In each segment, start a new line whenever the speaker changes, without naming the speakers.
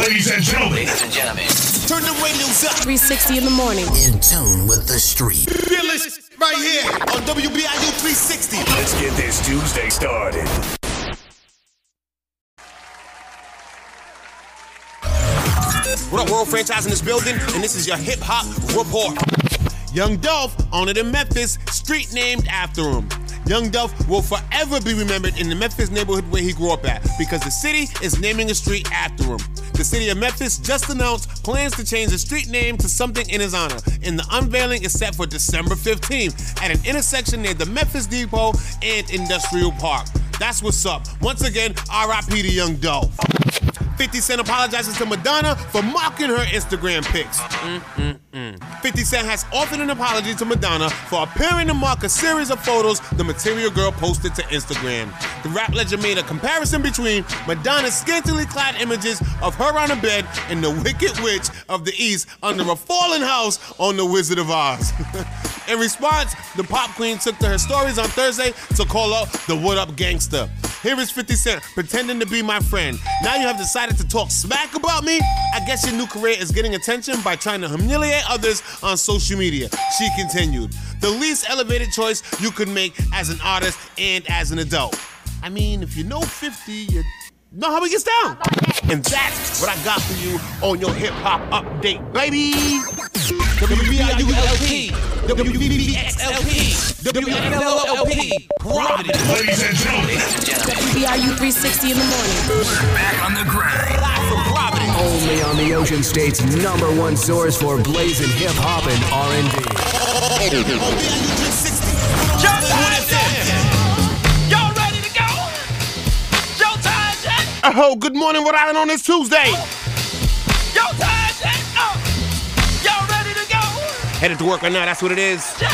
Ladies and gentlemen,
Ladies and gentlemen,
360 in the morning.
In tune with the street.
right here on WBIU 360.
let's get this Tuesday started.
What up, world franchise in this building? And this is your hip hop report. Young Dolph, honored in Memphis, street named after him. Young Dolph will forever be remembered in the Memphis neighborhood where he grew up at because the city is naming a street after him. The city of Memphis just announced plans to change the street name to something in his honor, and the unveiling is set for December 15th at an intersection near the Memphis Depot and Industrial Park. That's what's up. Once again, RIP to Young Dolph. 50 Cent apologizes to Madonna for mocking her Instagram pics. Mm-mm-mm. 50 Cent has offered an apology to Madonna for appearing to mock a series of photos the Material Girl posted to Instagram. The rap legend made a comparison between Madonna's scantily clad images of her on a bed and the Wicked Witch of the East under a fallen house on The Wizard of Oz. In response, the pop queen took to her stories on Thursday to call out the What Up Gangsta. Here is 50 Cent pretending to be my friend. Now you have decided to talk smack about me? I guess your new career is getting attention by trying to humiliate others on social media. She continued, the least elevated choice you could make as an artist and as an adult. I mean, if you know 50, you know how he gets down. And that's what I got for you on your hip hop update, baby. WBIULP, WBBXLP, WBLLP, Providence.
Ladies and gentlemen,
ladies and gentlemen,
WBRU 360 in the morning.
back on the grind.
Live from Providence.
Only on the Ocean State's number one source for blazing hip hop and R&B.
Y'all ready to go? Showtime, Jack.
Oh, good morning, Rhode Island, on this Tuesday.
Showtime, Jack. Oh. Y'all ready to go?
Headed to work right now, that's what it is.
Jack.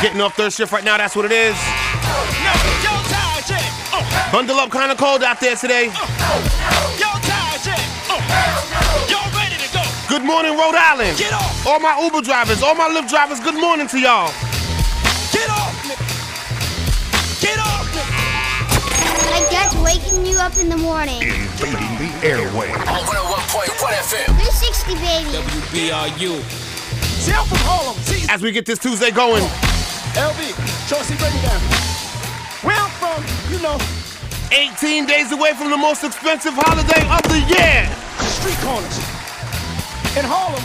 Getting off third shift right now, that's what it is.
No, showtime, Jack. Oh.
Bundle up, kind of cold out there today.
uh, Showtime, Jack. Oh. Y'all ready to go?
Good morning, Rhode Island.
Get off.
All my Uber drivers, all my Lyft drivers, good morning to y'all.
Get off, nigga. Get off, nigga.
I guess waking you up in the morning.
invading the airway.
On 101.1 FM.
360, baby.
See, I'm from Harlem. See,
As we get this Tuesday going,
LB, Chauncey, break it down. Where I'm from, you know,
18 days away from the most expensive holiday of the year.
street corners. In Harlem,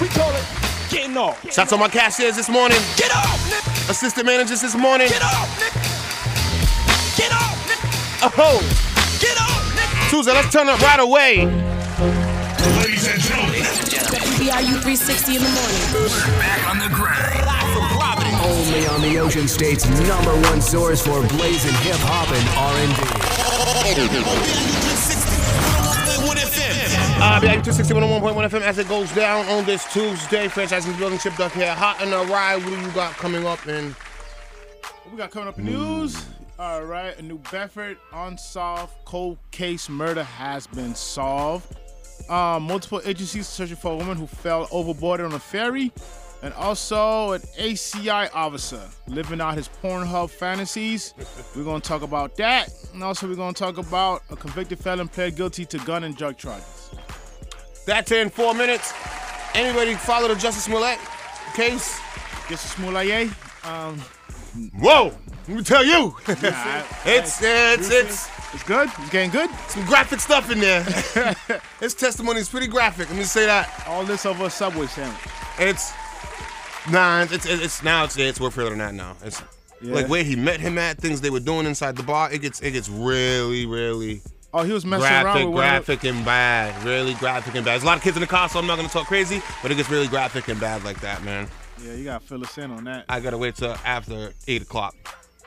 we call it getting off.
Shout out to my cashiers this morning,
Get off, nigga.
assistant managers this morning.
Get off, nigga. Get off, nigga.
Oh,
Get off, nigga.
Tuesday, let's turn up right away.
Ladies and gentlemen,
Ladies and gentlemen,
WBRU 360 in the morning.
back on the grind.
Live from Providence.
Only on the Ocean State's number one source for blazing hip hop and R&B.
oh Uh, yeah, 260 101.1 FM as it goes down on this Tuesday. Franchises Building Chip Duck here. Hot and a ride. What do you got coming up? And
What we got coming up in news? All right, a New Bedford unsolved cold case murder has been solved. Um, multiple agencies searching for a woman who fell overboard on a ferry, and also an ACI officer living out his Pornhub fantasies. We're gonna talk about that, and also we're gonna talk about a convicted felon pled guilty to gun and drug charges.
that's in four minutes. Anybody follow the Justice Millette case?
This is Moulaye. Um,
Whoa! Let me tell you.
nah, I-
it's, it's, it's
it's good. It's getting good.
some graphic stuff in there. His testimony is pretty graphic. Let me say that.
All this over a subway sandwich.
It's, nah, it's, it's, it's now it's, it's worth it or not now. It's
Yeah.
like where he met him at, things they were doing inside the bar. It gets, it gets really, really.
Oh, he was messing around
graphic,
with one of-
graphic and bad. Really graphic and bad. There's a lot of kids in the car, so I'm not gonna talk crazy, but it gets really graphic and bad like that, man.
Yeah, you gotta fill us in on that.
I gotta wait till after eight o'clock.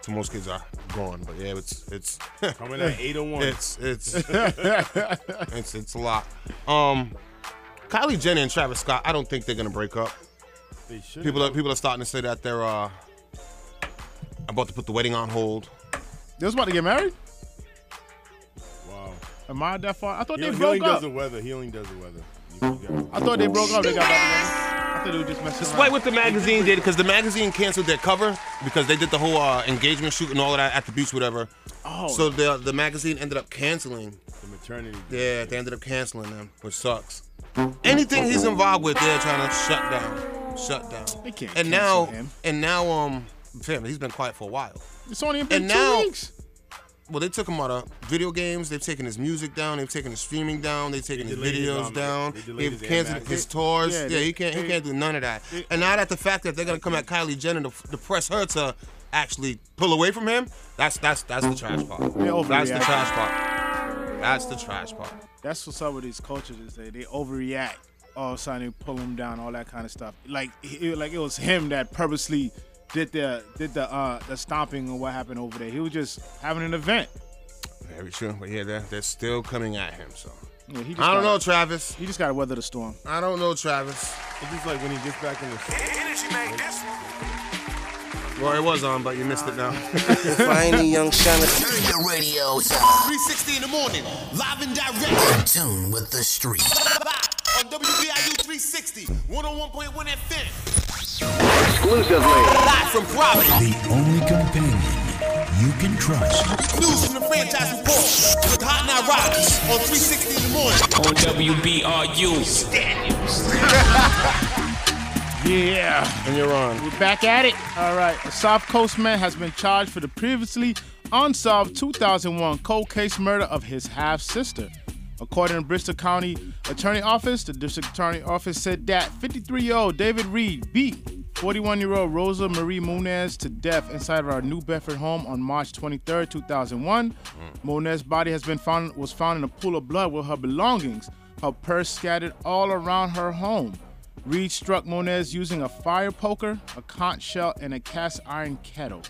So most kids are gone, but yeah, it's it's
Coming at 801.
it's it's it's it's a lot. Um, Kylie Jenner and Travis Scott. I don't think they're gonna break up.
They should
People are people are starting to say that they're uh about to put the wedding on hold.
They was about to get married.
Wow.
Am I that far? I thought they
Healing,
broke
does
up.
the weather. Healing does the weather. You forgot.
I thought they broke up. They got back together. I thought they were just messing
Despite
around.
what the magazine did, because the magazine canceled their cover because they did the whole uh, engagement shoot and all of that at the beach, whatever.
Oh,
So the the magazine ended up canceling
The maternity.
Yeah, they ended up canceling them, which sucks. Anything he's involved with, they're trying to shut down, shut down.
They can't
and now,
cancel him.
and now, um, fam, he's been quiet for a while.
It's only been
And
two
now-
weeks.
Well, they took him out of video games. They've taken his music down. They've taken his streaming down. They've taken his
delayed his,
videos
um,
down.
they delayed
They've
his
canceled
Animax.
his tours.
Yeah,
Yeah,
they-
he can't.
they-
he can't do none of that. and now that the fact that they're gonna come at Kylie Jenner to, to press her to actually pull away from him, that's that's that's the trash part. That's the
overreacting.
trash part. That's the trash part.
That's what's up with these cultures is they they overreact. All of a sudden, they pull them down, all that kind of stuff. Like it, like it was him that purposely did the did the uh the stomping or what happened over there. He was just having an event.
Very true. But yeah, they're, they're still coming at him. So
Yeah, he just
I don't
gotta-
know, Travis.
He just got to weather the storm.
I don't know, Travis.
It's just like when he gets back in the.
Energy man, that's
Well, it was on, but you missed it now.
Finally, young Shauna,
Turn your radio to
360 in the morning, live and direct.
in tune with the street.
on WBIU 360, 101.1 FM.
Exclusively.
Live from Providence.
The only companion you can trust.
News from the franchise report with Hot Now Rockets on 360 in the morning.
On WBRU.
Yeah,
And you're on.
we're back at it. All right, a South Coast man has been charged for the previously unsolved 2001 cold case murder of his half sister. According to Bristol County Attorney Office, the District Attorney Office said that 53-year-old David Reed beat 41-year-old Rosa Marie Munez to death inside of our New Bedford home on March 23, 2001. Munez's body has been found was found in a pool of blood with her belongings, her purse scattered all around her home. Reed struck Monez using a fire poker, a conch shell, and a cast iron kettle.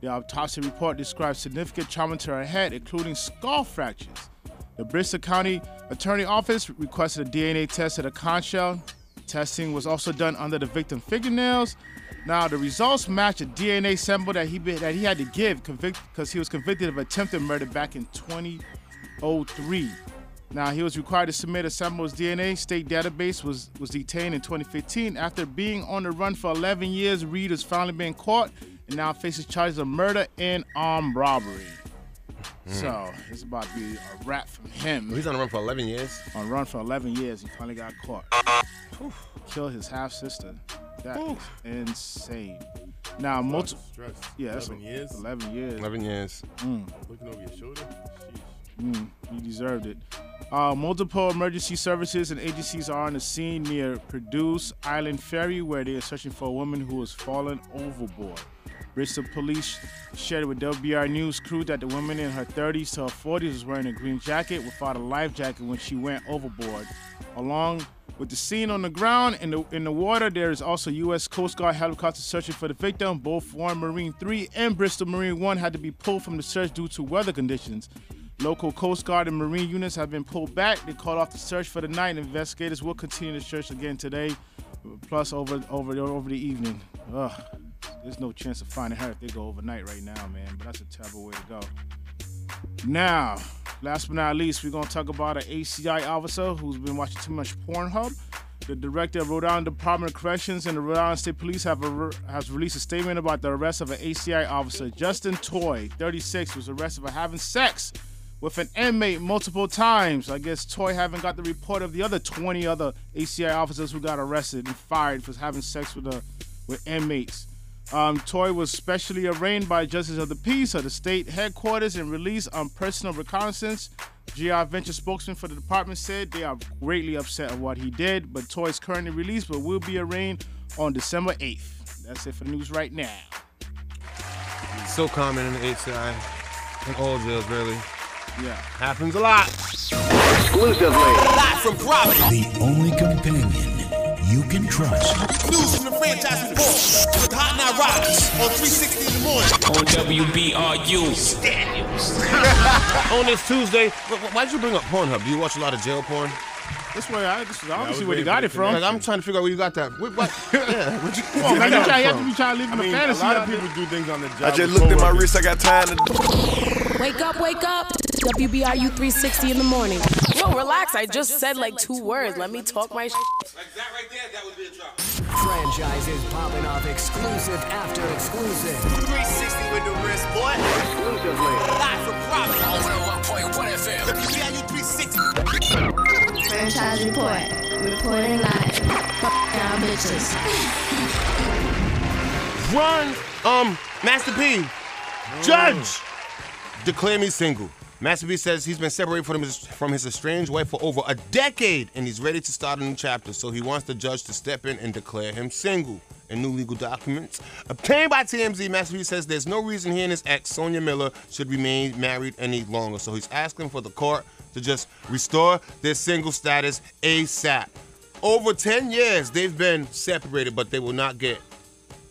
The autopsy report describes significant trauma to her head, including skull fractures. The Bristol County Attorney Office requested a DNA test of the conch shell. Testing was also done under the victim's fingernails. Now, the results match a DNA sample that he be- that he had to give because he was convicted of attempted murder back in 2003. Now he was required to submit a sample's DNA. State database was was detained in 2015 after being on the run for 11 years. Reed has finally been caught and now faces charges of murder and armed robbery. So it's about to be a wrap from him.
He's on the run for 11 years.
On run for 11 years, he finally got caught. Killed his half sister. That is insane. Now multiple.
Stress.
Yeah, that's Mm.
11 years.
11 years.
11 years.
Looking over your shoulder. Sheesh.
You deserved it. Uh, multiple emergency services and agencies are on the scene near Purdue's Island Ferry, where they are searching for a woman who was fallen overboard. Bristol police shared with WBR News crew that the woman in her 30s to her 40s was wearing a green jacket without a life jacket when she went overboard. Along with the scene on the ground in the in the water, there is also U.S. Coast Guard helicopters searching for the victim. Both Warren Marine 3 and Bristol Marine 1 had to be pulled from the search due to weather conditions. Local Coast Guard and Marine units have been pulled back. They called off the search for the night. Investigators will continue the search again today, plus over over over the evening. Ugh, there's no chance of finding her if they go overnight right now, man. But that's a terrible way to go. Now, last but not least, we're gonna talk about an ACI officer who's been watching too much Pornhub. The director of Rhode Island Department of Corrections and the Rhode Island State Police have a, has released a statement about the arrest of an ACI officer, Justin Toy, 36, was arrested for having sex with an inmate multiple times. I guess Toy haven't got the report of the other 20 other ACI officers who got arrested and fired for having sex with a, with inmates. Um, Toy was specially arraigned by justice of the peace of the state headquarters and released on personal reconnaissance. GI Venture spokesman for the department said they are greatly upset at what he did, but Toy is currently released but will be arraigned on December 8th. That's it for the news right now.
So common in the HCI. In all jails, really.
Yeah.
Happens a lot.
Exclusively.
Live from Providence.
The only companion you can trust.
News from the franchise report with Hot Now Rockets on 360 in the morning.
On WBRU.
on this Tuesday. wh- wh- Why'd you bring up Pornhub? Do you watch a lot of jail porn?
This way, I, this is
I was
obviously where
waiting
they got
for
it
the
from.
Like, I'm trying to figure out where you got that. What? what? yeah, where'd you, Come
Come on, man, you, try,
that
you have to
from?
be trying to live in
I mean,
a
a
fantasy.
lot of
out
people
there.
do things on the job.
I just
with
looked at my
coworkers.
wrist. I got time to.
Wake up, wake up. WBRU 360 in the morning. Yo, relax. I just said like two words. Let me talk my
Like that right there, that would be a drop.
Franchises popping off exclusive after exclusive.
360 with the wrist, boy. Exclusively.
Live from Providence. On 101.1 FM.
WBIU 360
Franchise report. Reporting live. Y'all bitches.
Run, um, Master P. Judge, declare me single. Master P says he's been separated from his, from his estranged wife for over a decade and he's ready to start a new chapter. So he wants the judge to step in and declare him single. In new legal documents obtained by TMZ, Master P says there's no reason he and his ex, Sonia Miller, should remain married any longer. So he's asking for the court to just restore their single status ASAP. Over 10 years, they've been separated, but they will not get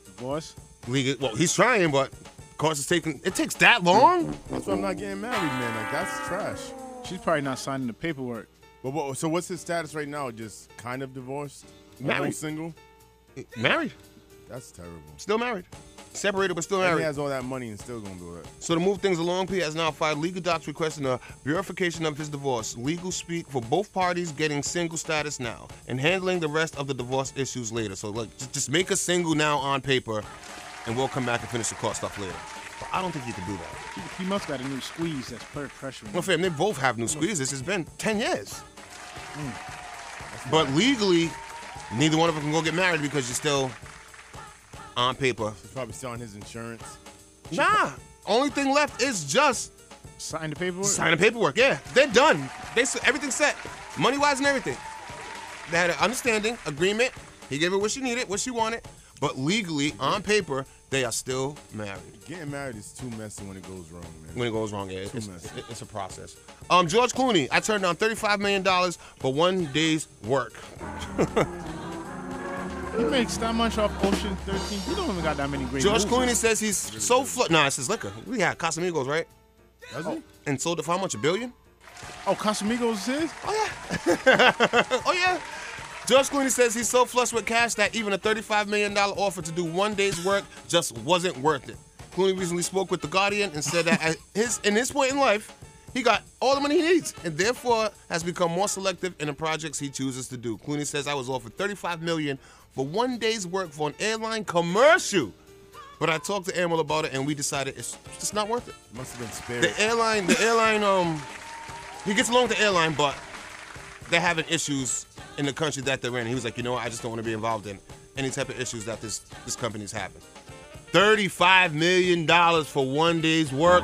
divorce.
Legal. Well, he's trying, but course is taking. It takes that long.
That's why I'm not getting married, man. Like that's trash.
She's probably not signing the paperwork.
But what, so what's his status right now? Just kind of divorced,
Married.
Almost single,
Eh, married.
That's terrible.
Still married. Separated, but still
And
married.
he has all that money and still gonna do it.
So to move things along, P has now filed legal docs requesting a verification of his divorce, legal speak for both parties getting single status now, and handling the rest of the divorce issues later. So like, just, just make us single now on paper, and we'll come back and finish the court stuff later. But I don't think you can do that.
He, he must got a new squeeze that's per pressure.
Well, fam, they both have new squeezes. It's been 10 years. But legally, neither one of them can go get married because you're still on paper.
He's probably still on his insurance.
Nah, only thing left is just
sign the paperwork.
Sign the paperwork. Yeah, they're done. They s- everything's set, money wise and everything. They had an understanding, agreement. He gave her what she needed, what she wanted. But legally, on paper, they are still married.
Getting married is too messy when it goes wrong, man.
When it goes wrong, yeah, it's,
messy.
it- it's a process. Um, George Clooney, I turned down thirty-five million dollars for one day's work.
He makes that much off Ocean 13. He don't even got that many great
George
movies.
Clooney says he's so flu- nah, it's his liquor. We had Casamigos, right?
Does
he?
And sold it for how much? A billion?
Oh, Casamigos is?
oh yeah. George Clooney says he's so flush with cash that even a $35 million offer to do one day's work just wasn't worth it. Clooney recently spoke with The Guardian and said that at his in his point in life, he got all the money he needs and therefore has become more selective in the projects he chooses to do. Clooney says I was offered $35 million for one day's work for an airline commercial. But I talked to Amal about it and we decided it's just not worth it.
Must have been spared.
The airline, the airline, um, he gets along with the airline, but they're having issues in the country that they're in. He was like, you know what, I just don't want to be involved in any type of issues that this this company's having. Thirty-five million dollars for one day's work.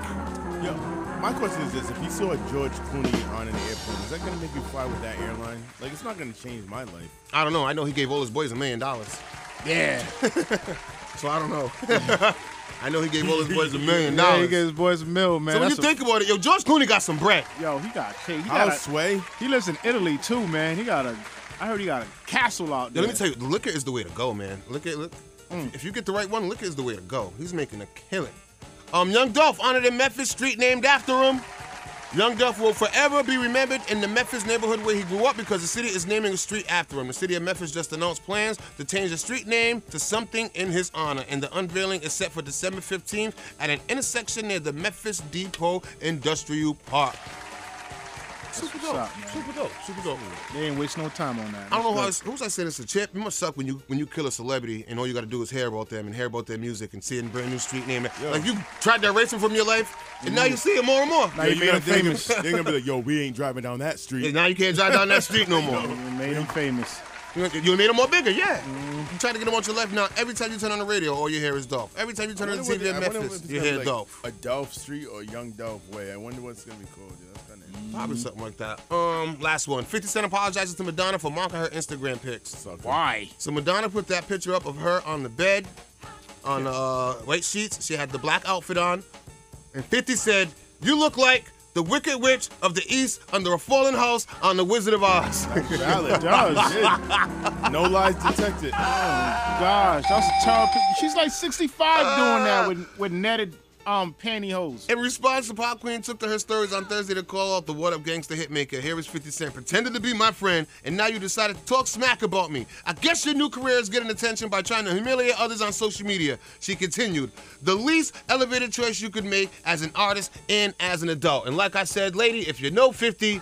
Yo, my question is this: If you saw a George Clooney on an airplane, is that gonna make you fly with that airline? Like, it's not gonna change my life.
I don't know. I know he gave all his boys a million dollars.
Yeah.
So I don't know. I know he gave all his boys a million dollars.
Yeah, he gave his boys a mill, man.
so when you
That's a-
think about it, yo, George Clooney got some bread.
Yo, he got cake. He
I'll
got a-
sway.
He lives in Italy too, man. He got a. I heard he got a castle out
Yo,
there.
let me tell you, the liquor is the way to go, man. Liquor, look, if you get the right one, liquor is the way to go. He's making a killing. Um, Young Dolph honored in Memphis, street named after him. Young Dolph will forever be remembered in the Memphis neighborhood where he grew up because the city is naming a street after him. The city of Memphis just announced plans to change the street name to something in his honor, and the unveiling is set for December 15th at an intersection near the Memphis Depot Industrial Park. Super
what's up, man.
Super dope. Super dope.
They ain't waste no time on that.
I don't know who I
That's
was, who was I saying this to Chip. It must suck when you when you kill a celebrity and all you got to do is hear about them and hear about their music and see a brand new street name. Like you tried to erase them from your life, and now
Mm-hmm.
you see them more and more.
Now you
Yo,
made
gotta
him
think-
famous.
They're gonna be like, "Yo, we ain't driving down that
And
street."
now you can't drive down that street no more.
good. You made him famous.
You, you made them more bigger, yeah.
Mm-hmm.
You try to get them out your life now. Every time you turn on the radio, all you hear is Dolph. Every time you turn
I
on the
wonder
TV
what-
in
I wonder if
Memphis,
it's
you
gonna be
hear
like
Dolph.
A Dolph Street or Young Dolph Way. I wonder what's gonna be called. Dude. That's
Mm,
gonna
Probably something like that. Um, last one. 50 Cent apologizes to Madonna for mocking her Instagram pics.
suck.
Why?
So Madonna put that picture up of her on the bed, on uh, white sheets. She had the black outfit on, and 50 said, "You look like the Wicked Witch of the East under a fallen house on the Wizard of Oz."
Valid.
Gosh,
Shit. No lies detected.
Oh, gosh, that's a terrible. pic- She's like 65 doing that with with netted um pantyhose.
In response, the pop queen took to her stories on Thursday to call out the What Up Gangsta hitmaker. Here is 50 Cent pretended to be my friend, and now you decided to talk smack about me. I guess your new career is getting attention by trying to humiliate others on social media. She continued, the least elevated choice you could make as an artist and as an adult. And like I said, lady, if you know 50,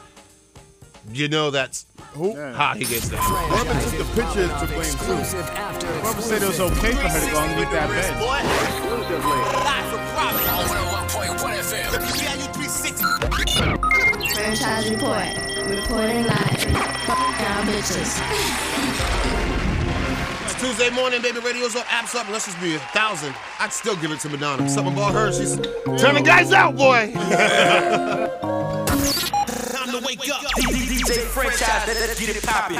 you know that's
Who?
how he gets there.
Whoever took the pictures to blame too.
Exclusive after
Whoever said it was okay for her to go and get that bed.
Franchise Franchise Report. Reporting live. Fuck y'all bitches.
It's Tuesday morning, baby. Radio's up, apps up. Let's just be a thousand. I'd still give it to Madonna. Something about her. She's turn the guys out, boy. Time to wake up. DJ franchise, let's get it poppin'.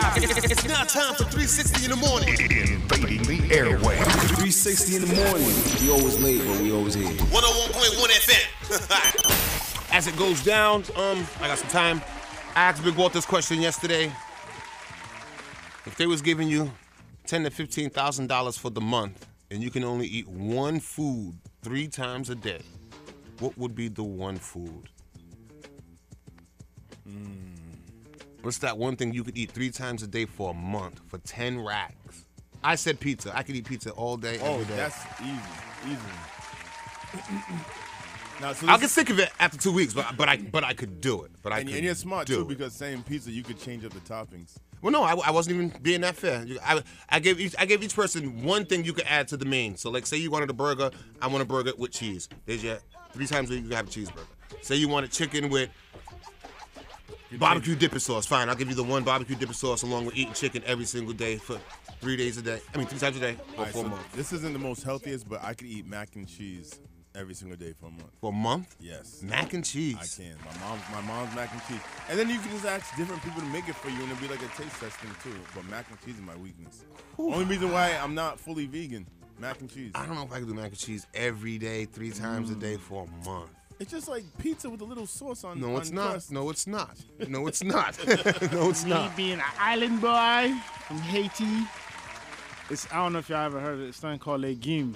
It's now time for 360 in the morning.
Invading the airway. 360 in the morning. We always late, but we always here.
101.1 FM. As it goes down, um, I got some time. I asked Big Walt this question yesterday. If they was giving you ten to fifteen thousand dollars for the month, and you can only eat one food three times a day, what would be the one food? Hmm. What's that one thing you could eat three times a day for a month for ten racks? I said pizza. I could eat pizza all day,
Oh,
every day.
that's easy, easy. now, so
I'll
this-
get sick of it after two weeks, but but I but I could do it. But I
Mm. and,
could
and you're smart
do
too
it.
because same pizza you could change up the toppings.
Well, no, I, I wasn't even being that fair. You- I, I gave each I gave each person one thing you could add to the main. So, like, say you wanted a burger, I want a burger with cheese. There's your three times a week you have a cheeseburger. Say you wanted chicken with barbecue dipping sauce. Fine, I'll give you the one barbecue dipping sauce along with eating chicken every single day for three days a day. I mean, three times a day
All
or
right,
four
so
months.
This isn't the most healthiest, but I could eat mac and cheese every single day for a month.
For a month?
Yes.
Mac and cheese.
I can. My mom's my mom's mac and cheese, and then you can just ask different people to make it for you, and it'll be like a taste test thing too. But mac and cheese is my weakness. Only reason why I'm not fully vegan, mac and cheese.
I don't know if I could do mac and cheese every day, three times a day
Mm.
for a month.
It's just like pizza with a little sauce on.
No, it's
on
not.
crust.
No, it's not. No, it's not. no, it's
Me
not.
being an island boy from Haiti, it's I don't know if y'all ever heard of it. It's something called legume.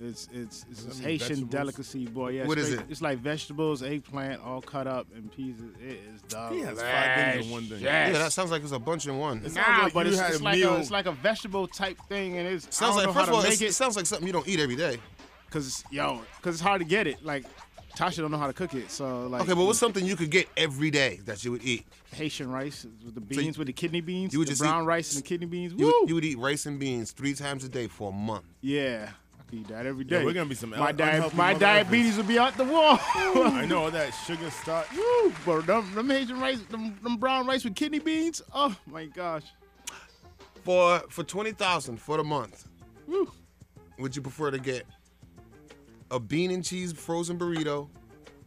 It's it's it's
Does
this
that mean
Haitian
vegetables?
delicacy, boy. Yeah,
What
it's
is
cra-
it?
It's like vegetables, eggplant, all cut up in pieces. It is delicious.
He has five things in one thing.
Yes.
Yeah, that sounds like it's a bunch in one.
nah, but it's, it's like a, it's like a vegetable type thing, and it's
Sounds like
I don't know
first
how
of all,
to
it's-
make
it
it.
sounds like something you don't eat every day.
Cause yo, cause it's hard to get it. Like Tasha don't know how to cook it, so like.
okay, but what's something you could get every day that you would eat?
Haitian rice with the
So you-
beans, with the kidney beans,
you would
the
just
brown
eat-
rice and the kidney beans.
You
Woo!
would, you would eat rice and beans three times a day for a month.
yeah, I could eat that every
Yeah,
day.
we're gonna be some
my,
un-
dia-
unhealthy
my
motherfuckers.
diabetes would be out the wall.
I know all that sugar stuff.
Woo! But them, them Haitian rice, them, them brown rice with kidney beans. Oh my gosh!
For for twenty thousand for the month,
Woo.
would you prefer to get a bean and cheese frozen burrito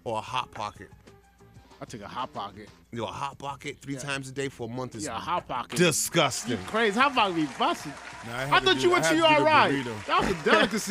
or a hot pocket?
I took a hot pocket.
You know, a hot pocket three
Yeah.
times a day for a month is
Yeah, a hot pocket.
disgusting.
You crazy? Hot pocket be busted.
Nah,
I,
had to
thought
do
you
the-
went
I
to
had to do the
URI.
burrito.
That was a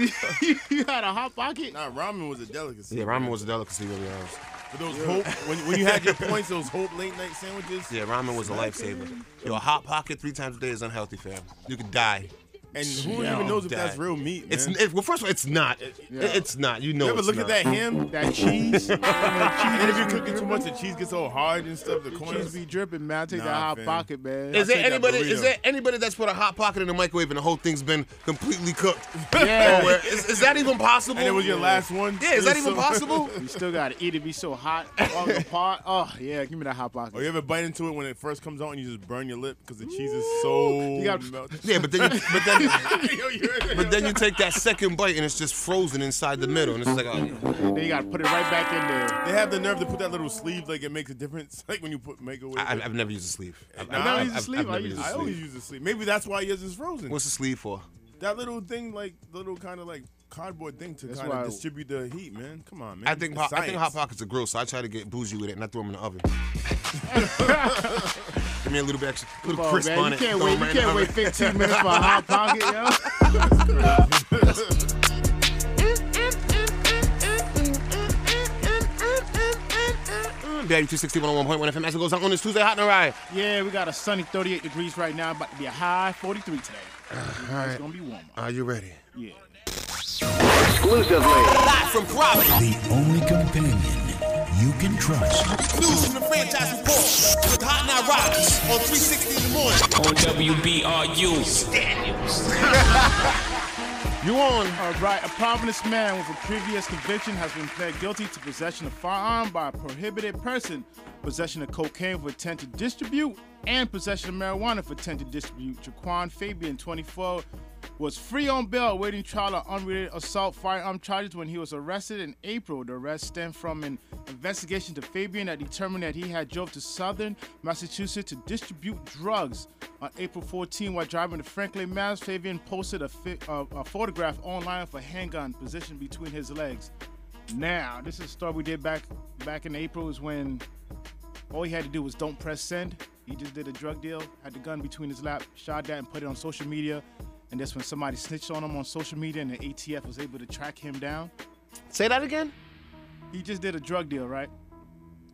delicacy. you, you had a hot pocket.
Nah, ramen was a delicacy.
Yeah, ramen was a delicacy when we was.
But those hope when, when you had your points, those hope late night sandwiches.
Yeah, ramen was a lifesaver. Yo, a hot pocket three times a day is unhealthy, fam. You could die.
And who
Yeah.
even knows if
Die.
that's real meat? Man?
It's it, well, first of all, it's not.
Yeah.
It- It's not. You know.
you ever
it's
look
not.
at that ham,
that cheese, and
and if you're cooking too much, the cheese gets all hard and stuff. The corners
cheese be dripping, man. I take
Nah,
that hot
fam.
pocket, man.
Is
I
there
take that
anybody?
burrito.
Is there anybody that's put a hot pocket in the microwave and the whole thing's been completely cooked?
Yeah.
Or where- is, is that even possible?
And it was your last one?
Yeah, is that even possible?
You still gotta eat it. Be so hot, falling apart. Oh yeah, give me that hot pocket.
Or Oh, you ever bite into it when it first comes out and you just burn your lip because the cheese is so
You gotta-
melted.
Yeah, but then, you, but then, but then you take that second bite and it's just frozen inside the middle, and it's like, oh,
Then you gotta put it right back in there.
They have the nerve to put that little sleeve like it makes a difference. Like when you put microwave.
I, I've- I've never used a sleeve. I've,
Nah,
I've-
I
I've-
use a
I've
sleeve.
never
I, use,
used a
I always
sleeve.
use a sleeve. Maybe that's why yours is frozen.
What's a sleeve for?
that little thing, like the little kind of like cardboard thing to
That's
kind of
why-
distribute the heat, man. Come on, man.
I think
It's
po- I think
science.
hot pockets are gross, so I try to get bougie with it and I throw them in the oven. Give me a little bit extra, a little
Come on,
crisp
man.
on
you
it.
can't
throw
wait.
'em
You
right in the
can't wait
oven.
15 minutes for a hot pocket, yo.
Mm, Daddy 260 101.1 FM as it goes on on this Tuesday Hot and Ride.
Yeah, we got a sunny 38 degrees right now. About to be a high 43 today. It's gonna be warmer.
Are you ready?
Yeah.
Exclusively.
Live from Providence.
The only companion you can trust.
News from the franchise report with Hot Now Rocks on 360 in the morning.
On WBRU.
You on?
All right. A Providence man with a previous conviction has been pled guilty to possession of firearm by a prohibited person, possession of cocaine for intent to distribute, and possession of marijuana for intent to distribute. Jaquan Fabian, 24, was free on bail awaiting trial on unrelated assault firearm charges when he was arrested in April. The arrest stemmed from an investigation to Fabian that determined that he had drove to southern Massachusetts to distribute drugs. On April 14, while driving to Franklin, Mass., Fabian posted a, fi- uh, a photograph online of a handgun positioned between his legs. Now, this is a story we did back back in April is when all he had to do was don't press send. He just did a drug deal, had the gun between his lap, shot that and put it on social media. And that's when somebody snitched on him on social media and the ATF was able to track him down.
Say that again?
He just did a drug deal, right?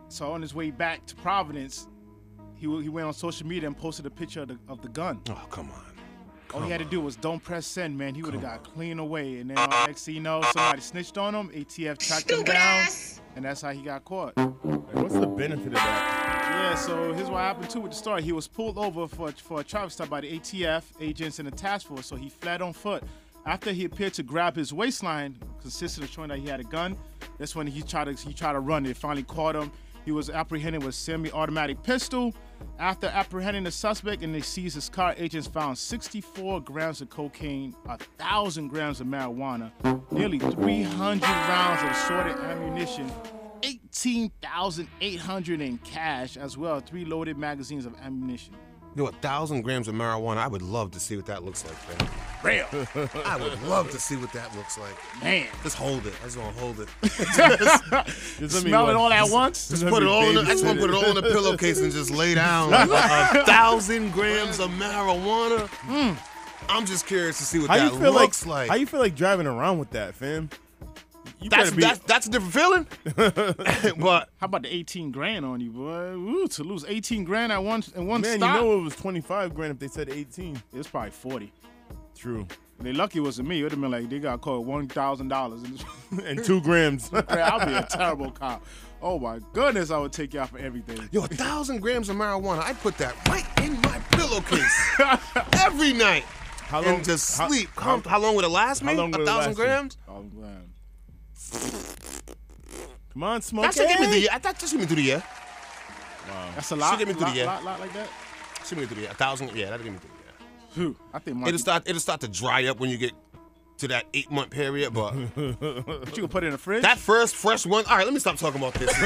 So on his way back to Providence, he, w- he went on social media and posted a picture of the, of the gun.
Oh, come on.
all he had to do was don't press send, man. He would have got clean away. And then uh, next thing you know, somebody snitched on him, ATF tracked him down, and that's how he got caught.
What's the benefit of that?
Yeah, so here's what happened too with the story. He was pulled over for, for a traffic stop by the ATF agents and a task force, so he fled on foot. After he appeared to grab his waistline, consistent of showing that he had a gun, that's when he tried to he tried to run. They finally caught him. He was apprehended with a semi-automatic pistol. After apprehending the suspect and they seized his car, agents found 64 grams of cocaine, thousand grams of marijuana, nearly 300 rounds of assorted ammunition, 18,800 in cash, as well as three loaded magazines of ammunition.
Yo, a thousand grams of marijuana. I would love to see what that looks like, man. Real. I would love to see what that looks like.
Man.
Just hold it. I just want to hold it.
let me Smell it one- all at
Just-
once?
Just
Let
put it
me
all in the, I just
babysit
want to put it all in the
it.
pillowcase and just lay down. like a thousand grams of marijuana. I'm just curious to see what
Mm. How you
that
feel
looks
like,
like.
How you feel like driving around with that, fam? You
That's-
better be-
that's- that's a different feeling. but
how about the 18 grand on you, boy? Ooh, to lose 18 grand at one in one
Man,
stop.
you know it was 25 grand if they said 18.
It was probably 40.
True.
They lucky it wasn't me. It would have been like they got caught one thousand dollars
And two grams.
I'll be a terrible cop. Oh my goodness, I would take y'all for everything.
Yo, a thousand grams of marijuana. I put that right in my pillowcase every night. How
long-
and just
how-
sleep.
how-
How, how long would it last me?
How long
a
would it
thousand
last you?
grams?
Oh,
Come on, smoke.
That should get me through the year. That should get me through the year.
Wow.
That's a lot.
Should get me through
lot,
the year.
lot, lot like that.
Should get me through the year. A thousand. Yeah, that'll get me through the year.
Phew, I think my
It'll start. It'll start to dry up when you get to that eight month period. But
But you can put it in the fridge.
that first fresh one. All right, let me stop talking about this.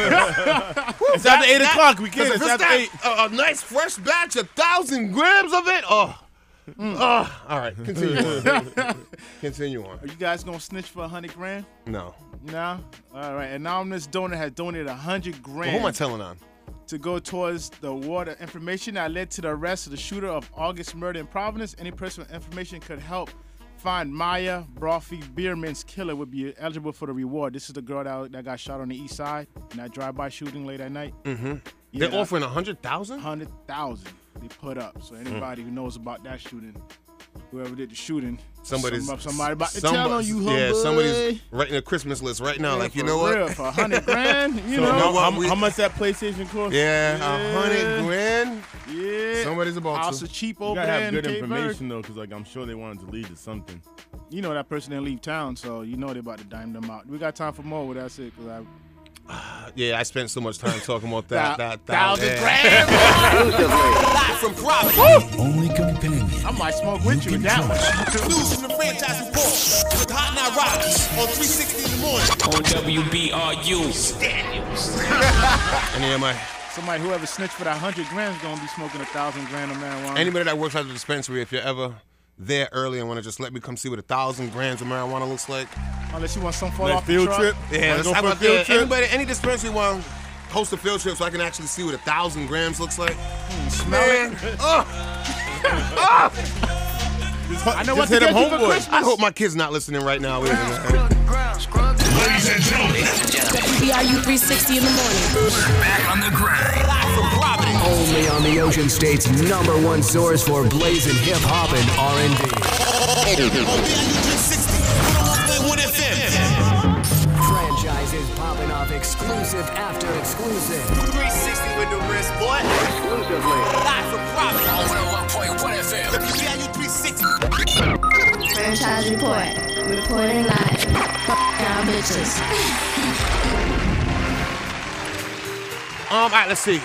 It's after eight o'clock, we can't.
If
It's
it's
after
that,
eight.
A, a nice fresh batch, a thousand grams of it. Oh,
Mm.
oh. all right, continue on. continue on.
Are you guys gonna snitch for a hundred grand?
No.
No. All right. Anonymous donor has donated a hundred
But
grand.
who am I telling on?
to go towards the award of information that led to the arrest of the shooter of August murder in Providence. Any person with information could help find Maya Brophy Bierman's killer would be eligible for the reward. This is the girl that, that got shot on the east side in that drive-by shooting late at night.
Mm-hmm. They're
Yeah.
offering a hundred thousand.
Hundred thousand they put up. So
Hmm.
anybody who knows about that shooting, whoever did the shooting,
Somebody's
some- somebody about to
somebody-
tell on you, huh,
Yeah,
boy?
somebody's writing a Christmas list right now.
Yeah,
like you
for
know what?
real, for 100 grand, you
So
know.
what?
How,
We-
how much that PlayStation cost?
Yeah, a
Yeah.
hundred grand.
Yeah.
Somebody's about
House
to.
of cheap
You
over
gotta
there in
have good
Cape Verde.
information though, because like I'm sure they wanted to lead to something.
you know that person didn't leave town, so you know they about to dime them out. We got time for more, but that's it. Cause I
Yeah, I spent so much time talking about that. that, that
thousand
yeah.
grand.
Live from Providence.
Only companion
I might smoke with you with that one.
News from the franchise report with Hot Night Rocks on 360 in the morning.
On WBRU.
Any of my
Somebody whoever snitched for that hundred grand's gonna be smoking a thousand grand of marijuana.
anybody that works at the dispensary, if you're ever there early and want to just let me come see what a thousand grams of marijuana looks like.
Unless you want some fall
Like
off
field
the truck.
trip? Yeah, let's have a field trip. Anybody, any dispensary want to host a field trip so I can actually see what a thousand grams looks like?
Hmm,
Oh.
smell Ah!
Man, ugh. Ugh.
I know what to get you for Christmas.
I hope my kid's not listening right now. Either, man.
Ladies and gentlemen. WBRU 360 in the morning. Back on the grind.
Only on the Ocean State's number one source for blazing hip hop and R&B. Franchises popping off exclusive after exclusive.
360 with the wrist, boy. Exclusively. Live from Providence. 101.1 FM. WBIU 360.
Franchise report. Reporting live. Fuck y'all bitches.
Um, all right, let's see.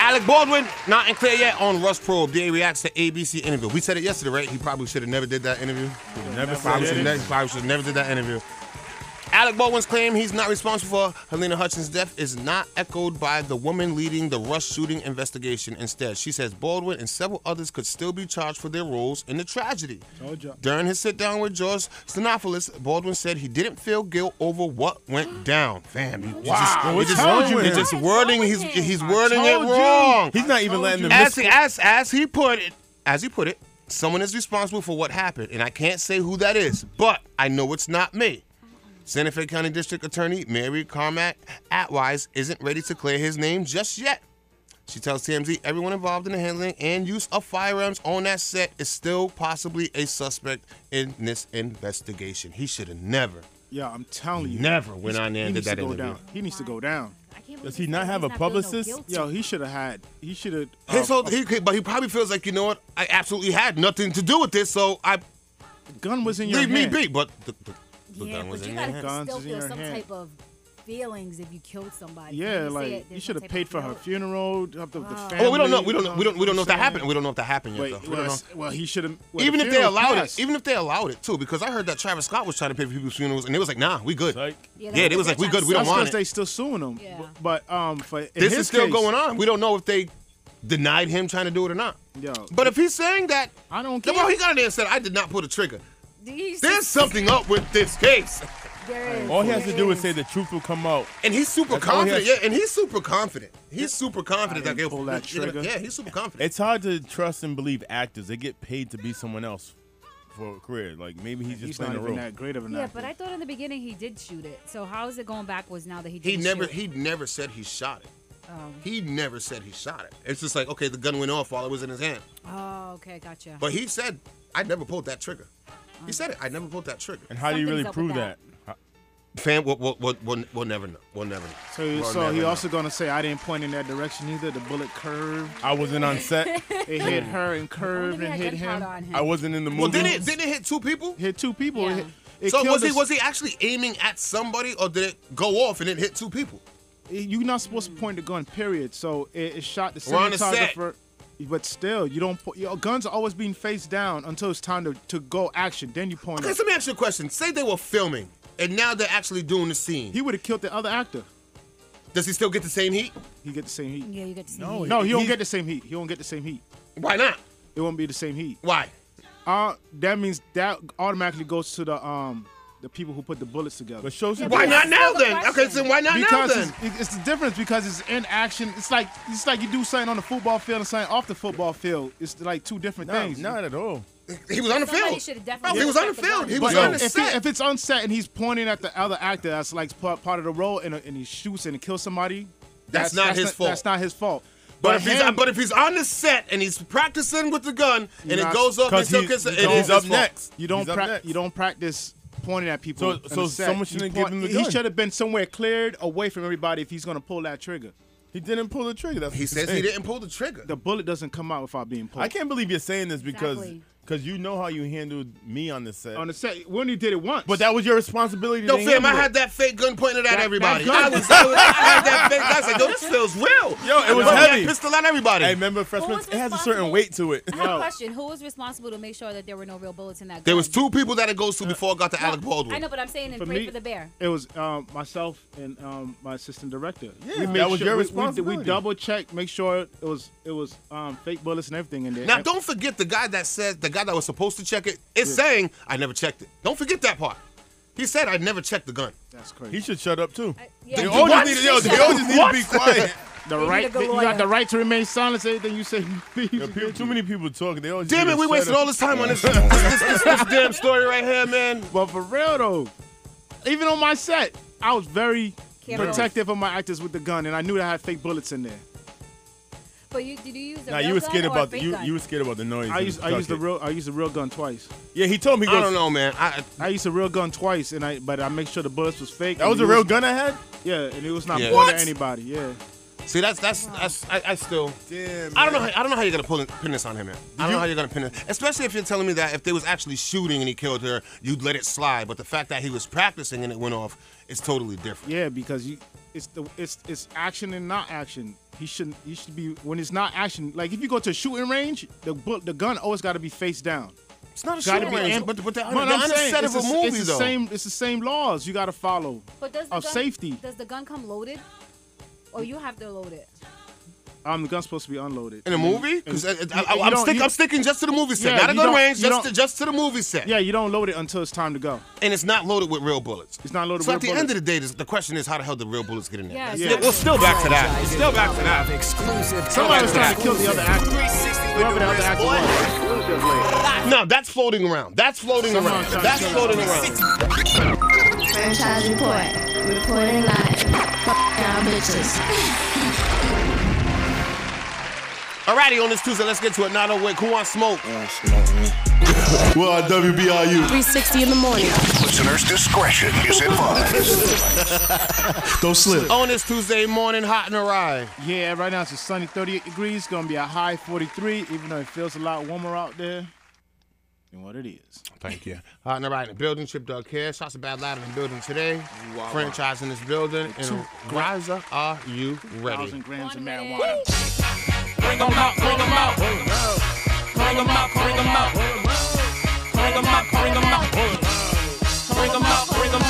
Alec Baldwin, not in clear yet on Rush Probe. They reacts to ABC interview. We said it yesterday, right? He probably should have never did that interview.
Never
probably
said
should
it.
have probably should have never did that interview. Alec Baldwin's claim he's not responsible for Helena Hutchins' death is not echoed by the woman leading the Rush shooting investigation. Instead, she says Baldwin and several others could still be charged for their roles in the tragedy.
Told ya.
During his sit down with George Stenophilus, Baldwin said he didn't feel guilt over what went down. Fam, you you just,
Wow,
you
what's
just,
wrong with
you
him?
just wording. He's he's
I
wording it
told you.
wrong.
He's not even I letting told them
As
you.
he, as as he put it, as he put it, someone is responsible for what happened, and I can't say who that is, but I know it's not me. Santa Fe County District Attorney Mary Carmack Atwise isn't ready to clear his name just yet. She tells TMZ everyone involved in the handling and use of firearms on that set is still possibly a suspect in this investigation. He should have never,
Yeah, I'm telling you.
never went on there
he
and did
needs
that
to go
interview.
down. He needs to go down.
Does he not have a publicist?
Yo, he should have had. He uh, should have.
His
um,
whole, he, he- but he probably feels like you know what? I absolutely had nothing to do with this, so I.
gun was in
your
leave
hand.
me be, but the, the, the
Yeah,
gun was
but
in
you
your
gotta
hand.
still feel some type of feelings if you killed somebody.
Yeah,
You
like
said
you
there's
should
some type
have paid
of
for her
guilt.
funeral. Of the, the
Wow.
family.
Oh, we don't know. We
you
don't. We don't. We don't know if that
what I'm
happened. We don't know if that happened yet.
Wait,
though. We
well,
don't know.
s- well, he should have.
even if they allowed it, even if they allowed it too, because I heard that Travis Scott was trying to pay for people's funerals, and they was like, "Nah, we good." yeah, they was like, "We good. We don't
That's
want
'cause
it."
they still suing him. Yeah. But um, for in
this
his
is still
case-
going on. We don't know if they denied him trying to do it or not.
Yo,
But if he's saying that,
I don't
care. Well, he got in there and said, "I did not pull the trigger."
These-
There's something up with this case.
There is.
All he has to do is say the truth will come out.
And he's super
That's all he
confident. Yeah,
has-
and he's super confident. He's super confident. Like, yo, you're gonna- Yeah, he's super confident.
It's hard to trust and believe actors. They get paid to be someone else for a career. Like maybe he's just
He's
playing
not
a
even
role.
that great of an
Yeah, but I thought in the beginning he did shoot it. So how is it going backwards now that he
He
didn't
never
shoot?
he never said he shot it.
Oh.
He never said he shot it. It's just like okay, the gun went off while it was in his hand.
Oh, okay, gotcha.
But he said, "I never pulled that trigger." He said it. I never pulled that trigger.
And how do you Something's really up with prove that.
Fam, we'll, we'll, we'll, we'll, we'll never know. We'll never know.
So,
We'll
so
never
he
know.
also gonna say I didn't point in that direction either. The bullet curved.
I wasn't on set.
It hit her and curved and hit him.
I wasn't in the movie.
Well, didn't it, didn't it hit two people?
Hit two people. It hit- it
so
killed
was he
us-
was he actually aiming at somebody, or did it go off and it hit two people?
You're not supposed to point the gun. Period. So it, it shot the
We're on the set.
cinematographer. But still, you don't. Po- your guns are always being faced down until it's time to, to go action. Then you point.
Okay, so let me ask you a question. Say they were filming, and now they're actually doing the scene.
He would have killed the other actor.
Does he still get the same heat?
He get the same heat.
Yeah, you get to see.
No,
heat.
no, he don't get the same heat. He won't get the same heat.
Why not?
It won't be the same heat.
Why?
Uh, that means that automatically goes to the um the people who put the bullets together. But shows
Why not now then? Okay, so why not
because
now then?
It's, it's the difference because it's in action. It's like it's like you do something on the football field and something off the football field. It's like two different
Nah,
things.
Not at all.
He was on the
Somebody
field.
should've
Bro,
definitely
he was on the
checked the
field.
gun.
He was
But
on the
if,
set.
He, if it's on set and he's pointing at the other actor, that's like part, part of the role, and, and he shoots and kills somebody.
That's not his fault.
That's not his fault.
But if, he's,
him-
but if he's on the set and he's practicing with the gun and
You're
it
not-
goes up and still gets it is his fault.
You don't prac- you don't practice pointing at people.
So-
on
so
the set.
someone
You
shouldn't
point-
give him the
He
gun.
should have been somewhere cleared away from everybody if he's gonna pull that trigger.
He didn't pull the trigger. That's
He
what
says he
saying.
didn't pull the trigger.
The bullet doesn't come out without being pulled.
I can't believe you're saying this because
Exactly.
because you know how you handled me on the set.
On the set, we only did it once.
But that was your responsibility.
Yo,
to
fam, I
handle it.
had that fake gun pointed at
That-
everybody.
that gun-
I, was, I, was, I had that fake gun. I was like, yo, this feels real.
Yo, it was
I had
heavy.
That pistol at everybody.
Hey, remember freshman? It has a certain weight to it.
I have a question. Who was responsible to make sure that there were no real bullets in that gun?
There was two people that it goes to before it got to Alec Baldwin.
I know, but I'm saying it's
For
great
me-
for the bear.
It was um, myself and um, my assistant director.
Yeah,
we
that
made
was
sure-
your
we- we- We,
responsibility.
double checked, make sure it was it was um, fake bullets and everything in there.
Now,
And-
don't forget the guy that said, the guy that was supposed to check it, is saying, I never checked it. Don't forget that part. He said, I never checked the gun.
That's crazy.
He should shut up too.
They
all just need to- yo, they all just need to be quiet.
The
They need a
right,
good
you got
lawyer.
the right to remain silent. to Everything you say.
people- too many people talking. They always.
Damn
need
it,
to
we
shut
wasted
up.
all this time on this, this, this, this, this damn story right here, man.
But for real though, even on my set, I was very
Careful.
protective of my actors with the gun, and I knew that I had fake bullets in there.
But you did you use a
Nah,
real
you were
gun
scared
or a
about the
fake
you.
gun?
You were scared about the noise.
I
and
used I used the
tuck it.
real I used the real gun twice.
Yeah, he told me. he
I
goes,
don't know, man. I,
I used the real gun twice, and I but I make sure the bullets was fake.
That
and
was
it
a real gun I had.
Yeah, and it was not
Yeah.
pointed
What?
at anybody. Yeah.
See, that's that's that's I, I still.
Damn.
I don't know. How, I don't know how you're gonna pull, pin this on him, man. I don't know how you're gonna pin it, especially if you're telling me that if they was actually shooting and he killed her, you'd let it slide. But the fact that he was practicing and it went off is totally different.
Yeah, because you it's the it's it's action and not action. He shouldn't. You should be when it's not action. Like if you go to a shooting range, the bu- the gun always got to be face down.
It's not a
Gotta
shooting
be
range,
am-
but- but the-
No, no,
the
I'm saying
underset
it's
of a
the-
movie,
it's the
though.
same. It's the same laws you got to follow
But does the
of
gun,
safety.
Does the gun come loaded? Or you have to load it?
Um, the gun's supposed to be unloaded
In a movie? 'Cause I- I- I- I'm stick- I'm sticking just to the movie set. Gotta
you
go to
don't-
range
you
just
don't-
to- just to the movie set.
Yeah, you don't load it until it's time to go.
And it's not loaded with real bullets. It's
not loaded
so
with
at the
real
end of the day, this- the question is how the hell did real bullets get in there?
Yeah,
That's-
Yeah.
We're still back to that. We're still back to that.
Exclusive.
Somebody was trying
to kill the other actor. Whoever the other actor was.
No, that's floating around. That's floating around. That's floating around.
Franchise report. Reporting live. Fuck y'all bitches.
Alrighty, on this Tuesday, let's get to it. Not
oh
with who wants smoke?
We're on WBRU.
360 in the morning.
Listener's discretion is advised. Don't slip.
On this Tuesday morning, hot and awry. Yeah, right now it's a sunny 38 degrees. Gonna be a high 43, even though it feels a lot warmer out there than what it is.
Thank you. Hot and awry in the building. Chip Dog Care. Shots of Bad Loud in the building today.
Wow.
Franchise in this building.
Two
And Riza, are you ready?
1,000 grams of marijuana.
Bring 'em out, bring 'em out. Bring 'em out, bring 'em out. Bring 'em out, bring 'em out. Bring 'em out, bring 'em out.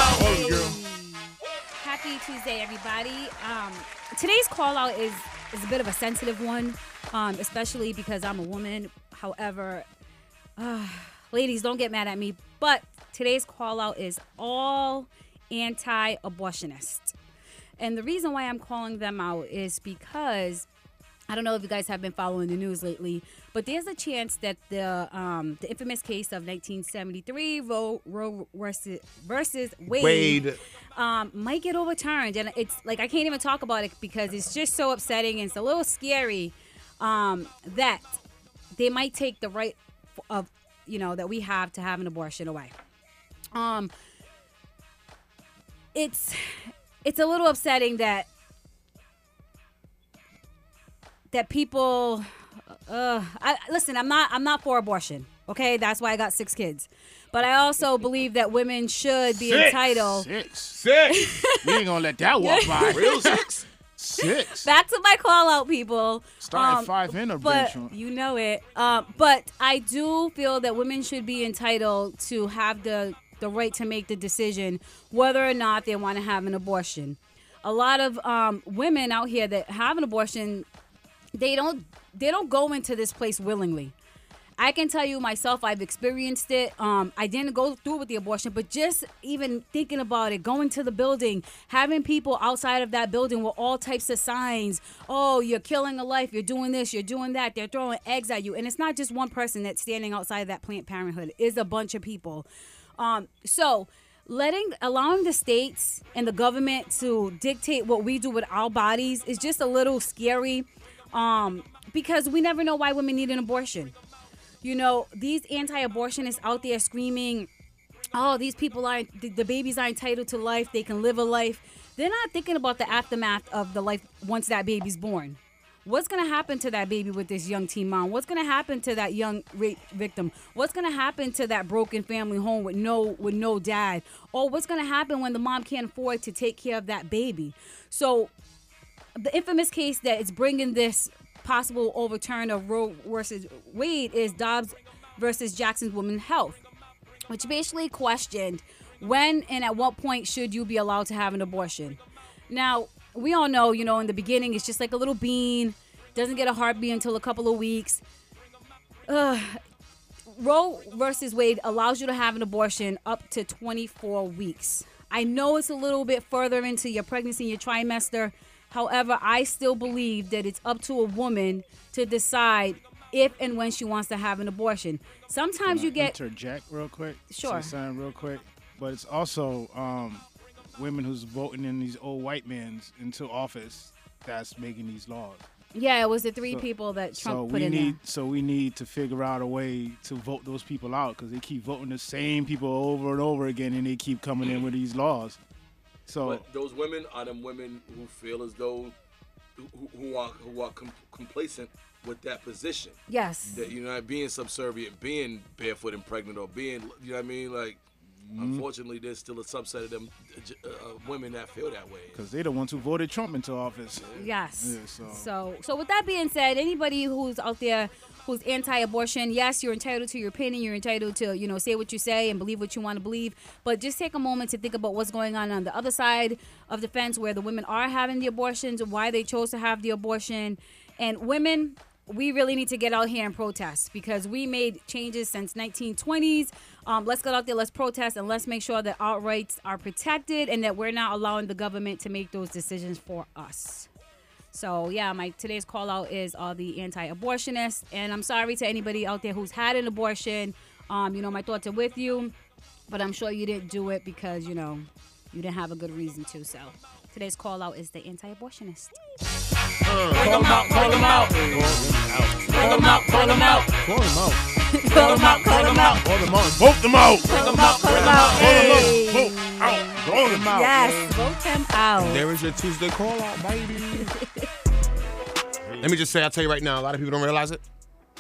Happy Tuesday, everybody. Um, today's call out is is a bit of a sensitive one, um, especially because I'm a woman. However, uh, ladies, don't get mad at me. But today's call out is all anti-abortionists, and the reason why I'm calling them out is because I don't know if you guys have been following the news lately, but there's a chance that the um, the infamous case of 1973 Roe, Roe versus, versus Wade,
Wade.
Um, might get overturned, and it's like I can't even talk about it because it's just so upsetting and it's a little scary um, that they might take the right f- of you know that we have to have an abortion away. Um, it's it's a little upsetting that that people uh, I, listen i'm not i'm not for abortion okay that's why i got six kids but i also believe that women should be
Six.
entitled
Six. Six. we ain't gonna let that walk by.
Real
six. Six.
back to my call out people um,
Starting five in a
but
bitch.
you know it uh, but i do feel that women should be entitled to have the the right to make the decision whether or not they want to have an abortion a lot of um, women out here that have an abortion they don't they don't go into this place willingly I can tell you myself, I've experienced it. Um, I didn't go through with the abortion, but just even thinking about it, going to the building, having people outside of that building with all types of signs oh, you're killing a life, you're doing this, you're doing that, they're throwing eggs at you. And it's not just one person that's standing outside that Planned Parenthood, it's a bunch of people. Um, so, letting allowing the states and the government to dictate what we do with our bodies is just a little scary um, because we never know why women need an abortion you know these anti-abortionists out there screaming oh these people aren't the, the babies are entitled to life they can live a life they're not thinking about the aftermath of the life once that baby's born what's going to happen to that baby with this young teen mom what's going to happen to that young rape victim what's going to happen to that broken family home with no with no dad or what's going to happen when the mom can't afford to take care of that baby so the infamous case that is bringing this possible overturn of Roe versus Wade is Dobbs versus Jackson's Women Health, which basically questioned when and at what point should you be allowed to have an abortion. Now, we all know, you know, in the beginning, it's just like a little bean, doesn't get a heartbeat until a couple of weeks. Ugh. Roe versus Wade allows you to have an abortion up to 24 weeks. I know it's a little bit further into your pregnancy, your trimester. However, I still believe that it's up to a woman to decide if and when she wants to have an abortion. Sometimes
Can
you
I
get
interject real quick.
Eh, Sure.
Say something real quick, but it's also um, women who's voting in these old white men's into office that's making these laws.
yeah, it was the three
So-
people that Trump
so
put
we
in
need
there.
so we need to figure out a way to vote those people out because they keep voting the same people over and over again and they keep coming in with these laws. So
But those women are them women who feel as though who, who- who are who are com- complacent with that position.
Yes.
That you know, being subservient, being barefoot and pregnant, or being you know what I mean, like Unfortunately, there's still a subset of them uh, j- uh, uh, women that feel that way.
Because they're the ones who voted Trump into office.
Yes.
Yeah, so.
So, so with that being said, anybody who's out there who's anti-abortion, yes, you're entitled to your opinion. You're entitled to, you know, say what you say and believe what you want to believe. But just take a moment to think about what's going on on the other side of the fence, where the women are having the abortions, why they chose to have the abortion, and women. We really need to get out here and protest because we made changes since 1920s. Um, let's get out there, let's protest, and let's make sure that our rights are protected and that we're not allowing the government to make those decisions for us. So yeah, my today's call out is all the anti-abortionists, and I'm sorry to anybody out there who's had an abortion. Um, you know, my thoughts are with you, but I'm sure you didn't do it because you know you didn't have a good reason to. So today's call out is the anti-abortionist.
Bring 'em out, bring 'em out. Bring 'em out, bring 'em out. Bring 'em out. Bring 'em out, bring 'em out.
Vote them out. Vote them out.
Bring 'em out, bring 'em out.
Hey. Vote them out. Vote them out.
Yes, vote them out.
There is your Tuesday call out, baby. Let me just say, I'll tell you right now, a lot of people don't realize it.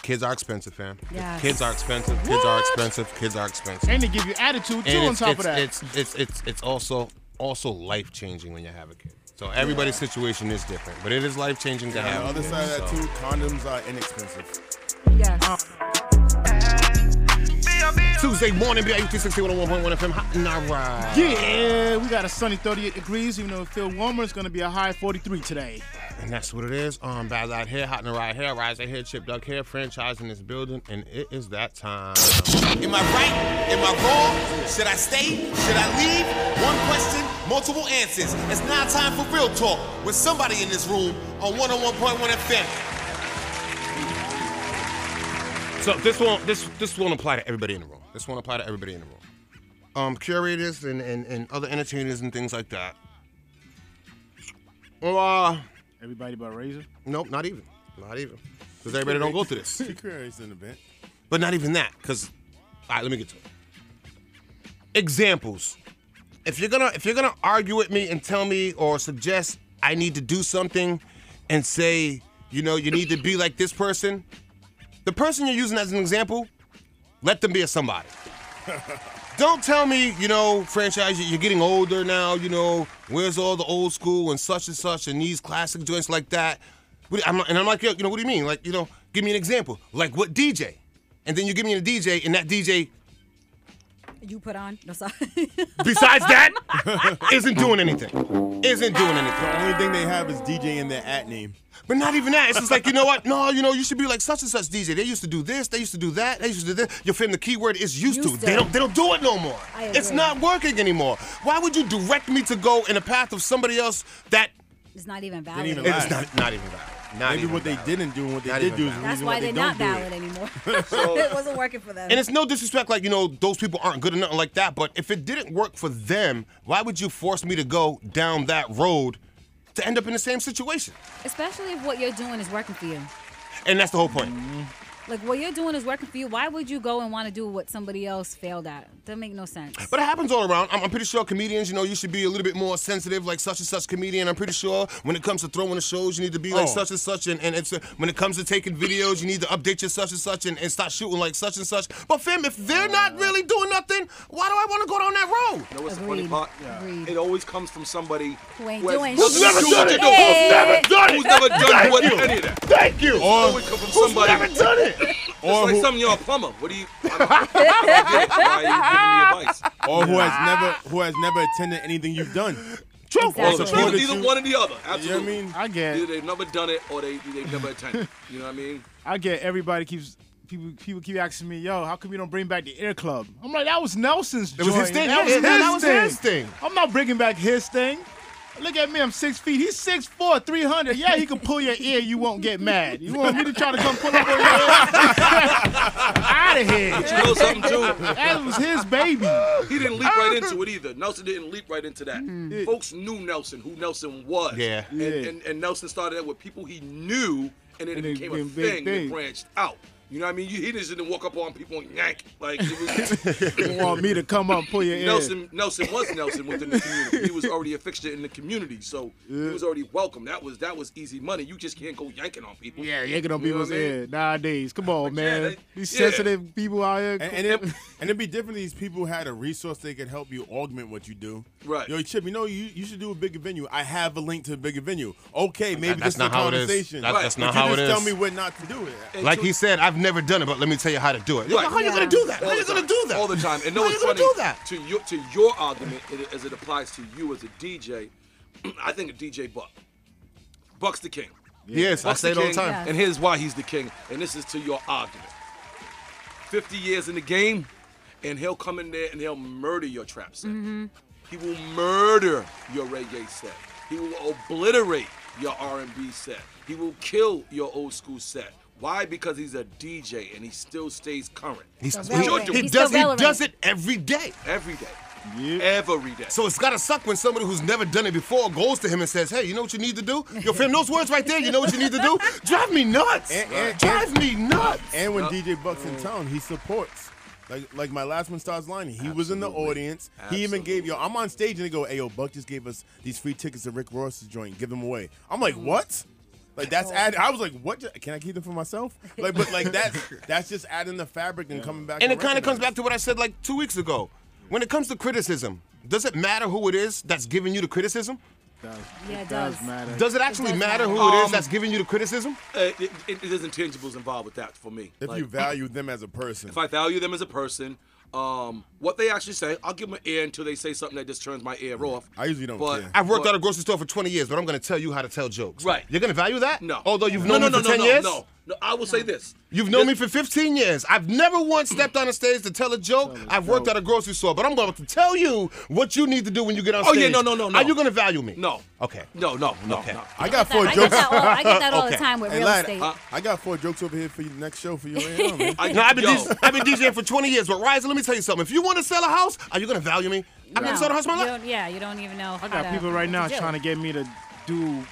Kids are expensive, fam.
Yes.
Kids are expensive. Kids are expensive. Kids are expensive.
And they give you attitude, too,
And
on
it's,
top
it's,
of that.
It's it's it's it's also also life changing when you have a kid. So everybody's situation is different, but it is life changing to
Yeah,
have.
on the
a
other
kid,
side of that
so.
too, condoms are inexpensive.
Yes.
Tuesday morning, BIU 360 101.1 FM. Hot and all right.
Yeah, we got a sunny 38 degrees, even though it feels warmer. It's going to be a high 43 today.
And that's what it is. Um, Baz out here, hot in the right hair, rise out here, chip duck hair, franchise in this building, and it is that time.
Am I right?
Am I wrong? Should I stay? Should I leave? One question, multiple answers. It's now time for real talk with somebody in this room on 101.1 FM. So this won't this this won't apply to everybody in the room. This won't apply to everybody in the room. Um, curators and, and, and other entertainers and things like that. Well, uh,
Everybody but Razor?
Nope, not even. Not even. Because everybody don't go through this.
She curious in the bit.
But not even that, because all right, let me get to it. Examples. If you're gonna if you're gonna argue with me and tell me or suggest I need to do something and say, you know, you need to be like this person, the person you're using as an example, let them be a somebody. Don't tell me, you know, franchise, you're getting older now, you know, where's all the old school and such and such and these classic joints like that. What- I'm- And I'm like, yo, you know, what do you mean? Like, you know, give me an example. Like, what DJ? And then you give me a DJ, and that DJ,
You put on. No, sorry.
besides that, isn't doing anything. Isn't doing anything.
The only thing they have is DJ in their at name.
But not even that. It's just like, you know what? No, you know, you should be like such and such DJ. They used to do this, they used to do that, they used to do this. Your friend, the keyword is used, to.
Used to.
They don't they don't do it no more.
I agree.
It's not working anymore. Why would you direct me to go in a path of somebody else that
It's not even valid.
It's not, not even valid. Not
Maybe
even
what they
valid.
didn't do and what they
Not
did
even
do is
valid.
the
That's
reason
why
they
they're not
don't do
valid anymore. it wasn't working for them.
And it's no disrespect, like, you know, those people aren't good or nothing like that. But if it didn't work for them, why would you force me to go down that road to end up in the same situation?
Especially if what you're doing is working for you.
And that's the whole point.
Like what you're doing is working for you. Why would you go and want to do what somebody else failed at? That make no sense.
But it happens all around. I'm, I'm pretty sure comedians, you know, you should be a little bit more sensitive, like such and such comedian. I'm pretty sure when it comes to throwing the shows, you need to be like
Oh.
such and such. And, and it's, uh, when it comes to taking videos, you need to update your such and such and, and start shooting like such and such. But fam, if they're not really doing nothing, why do I want to go down that road?
You know what's the funny part? It always comes from somebody who
ain't
has
doing
nothing
shit.
to do
Who's never done
with
it, though? Who's never done it?
Who's never done
Thank
what
you.
any of that?
Thank you.
Or always come from somebody. Who's never done it? It's
Or
like
who-
something you're a plumber. What do you? I don't- I don't get it. Why are you giving me advice?
Or who has never who has never attended anything you've done.
True.
Or the truth, either one or the other. Absolutely.
You know what I mean?
I get
Either they've never done it or they they've never attended. You know what I mean?
I get everybody keeps people people keep asking me, yo, how come you don't bring back the Air Club? I'm like, that was Nelson's.
It was his
joint.
thing.
That
Yeah,
was, his,
that was
thing.
his thing.
I'm not bringing back his thing. Look at me, I'm six feet. He's six four, three hundred. Yeah, he can pull your ear. You won't get mad. You want me to try to come pull up on your ear? Out of here.
But you know something too.
That was his baby.
He didn't leap right into it either. Nelson didn't leap right into that. Folks knew Nelson, who Nelson was.
Yeah.
And,
Yeah.
And, and Nelson started out with people he knew, and then it became a
became a big
thing that
thing.
branched out. You know what I mean? You, he just didn't walk up on people and yank. Like, it was,
You want me to come up and pull your ear?
Nelson, Nelson was Nelson within the community. He was already a fixture in the community, so
Yeah.
he was already welcome. That was that was easy money. You just can't go yanking on people.
Yeah, yanking on
You know
people's
what I mean?
ear nowadays. Come on, man.
they-
These
yeah.
sensitive people out here.
And, and, it, and it'd be different if these people had a resource they could help you augment what you do. Right. Yo, Chip, you know, you, you should do a bigger venue. I have a link to a bigger venue. Okay,
that's
maybe this is a
not how it is.
conversation.
That- that's
But
not
you
how it
just
is.
tell me what not to do. It.
Like he said, I've never done it, but let me tell you how to do it. How you gonna do that? How you gonna do that?
All the time. And no,
How
it's
you gonna do
funny,
that?
To your to your argument, it- as it applies to you as a DJ, I think of DJ Buck. Buck's the king.
Yes, I
Buck's
say it all the
king,
time.
And here's why he's the king. And this is to your argument. 50 years in the game, and he'll come in there and he'll murder your trap set. He will murder your reggae set. He will obliterate your R&B set. He will kill your old school set. Why? Because he's a DJ and he still stays current.
He's, he,
Still doing
he
it.
does he does it every day.
every day. Every day.
So it's gotta suck when somebody who's never done it before goes to him and says, "Hey, you know what you need to do? Yo, fam, those words right there. You know what you need to do? Drive me nuts.
And- and-
Drive me nuts."
Eh,
And when DJ Buck's
Mm.
in town, he supports. Like, like my last one starts lining. He was in the audience. He even gave yo. I'm on stage and they go, "Hey yo, Buck just gave us these free tickets to Rick Ross's joint. Give them away." I'm
Mm.
like, "What?" Like
Oh.
that's add. I was like, "What? ju- Can I keep them for myself?" Like, but like that's that's just adding the fabric and coming back.
And it kind of
recognizing.
comes back to what I said like two weeks ago. When it comes to criticism, does it matter who it is that's giving you the criticism?
Yeah, it does. does matter.
Does it actually matter who it
Um,
is that's giving you the criticism?
Uh, it, it, it is intangibles involved with that for me.
If you value them as a person,
if I value them as a person, um, what they actually say, I'll give them an ear until they say something that just turns my ear off.
I usually don't
But
I've worked
but-
at a grocery store for 20 years, but I'm going to tell you how to tell jokes.
Right.
You're going to value that? No. Although you've
no,
known me
no, no,
for
no,
10
no,
years?
no, no. I will say this.
You've known me for 15 years. I've never once stepped on a stage to tell a joke. I've worked at a grocery store, but I'm going to tell you what you need to do when you get on
Oh,
stage.
yeah, no, no, no, no.
Are you going to value me?
No.
Okay.
No, no, no. no.
I got
that-
four
I get
jokes.
that all- I get that all the time with
Hey,
real
lad,
estate.
I, I got four jokes over here for you next show for you. Right now, man.
no, I've been, DJ, I've been DJing for 20 years, but Riser, let me tell you something. If you want to sell a house, are you going to value me? I've never
No,
sold a house in my
you
life.
don't- Yeah, you don't even know.
I got people right now trying to get me to do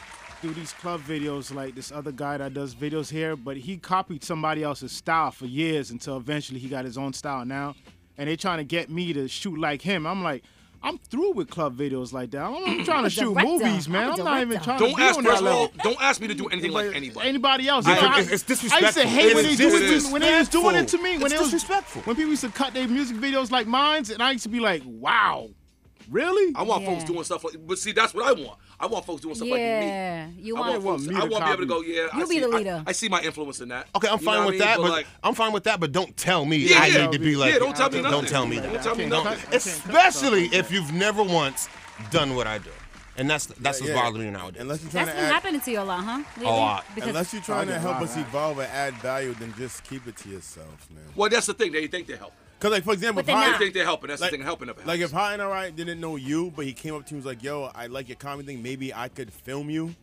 do these club videos like this other guy that does videos here, but he copied somebody else's style for years until eventually he got his own style now. And they trying to get me to shoot like him. I'm like, I'm through with club videos like that. I'm, I'm trying to shoot
Director.
movies, man.
I'm
I'm,
a
not even
director.
trying to
Don't
be
ask
on
for
that
us all-
level.
don't ask me to do anything like anybody.
Anybody else?
Yeah,
I,
it's- it's
I used to
disrespectful.
hate when they
It's
do it. When they was
disrespectful.
doing it to me. When
It's
they was disrespectful. When people used to cut their music videos like mines, and I used to be like, wow, really?
I want folks doing stuff like, but see, that's what I want. I want folks doing stuff
Yeah,
like me.
you
I
want-
want,
They want
folks,
me
I
to
want to be able to go.
copy.
Yeah, I
You be
see,
the
I-
leader.
I, see my influence in that.
Okay, I'm
You know
fine
what I
with
mean?
that, but
like,
I'm fine with that. But don't tell me
Yeah,
I
yeah.
need to be like.
Yeah, don't tell me
Don't
nothing.
tell me that.
Don't tell me nothing.
Especially if you've never once done what I do, and that's that's
Yeah,
what's
yeah.
bothering me nowadays.
Unless you're trying
That's
to
been
add,
happening to you a lot, huh? Lately?
A lot.
Because-
unless you're trying to
Target
help
lot,
us
right.
evolve and add value, then just keep it to yourself, man.
Well, that's the thing. They think they're helping.
Cause like for example,
But they're
if High-
not. They think they're helping. That's the thing, helping never
Like if High and I didn't know you, but he came up to me and was like, "Yo, I like your comedy thing. Maybe I could film you,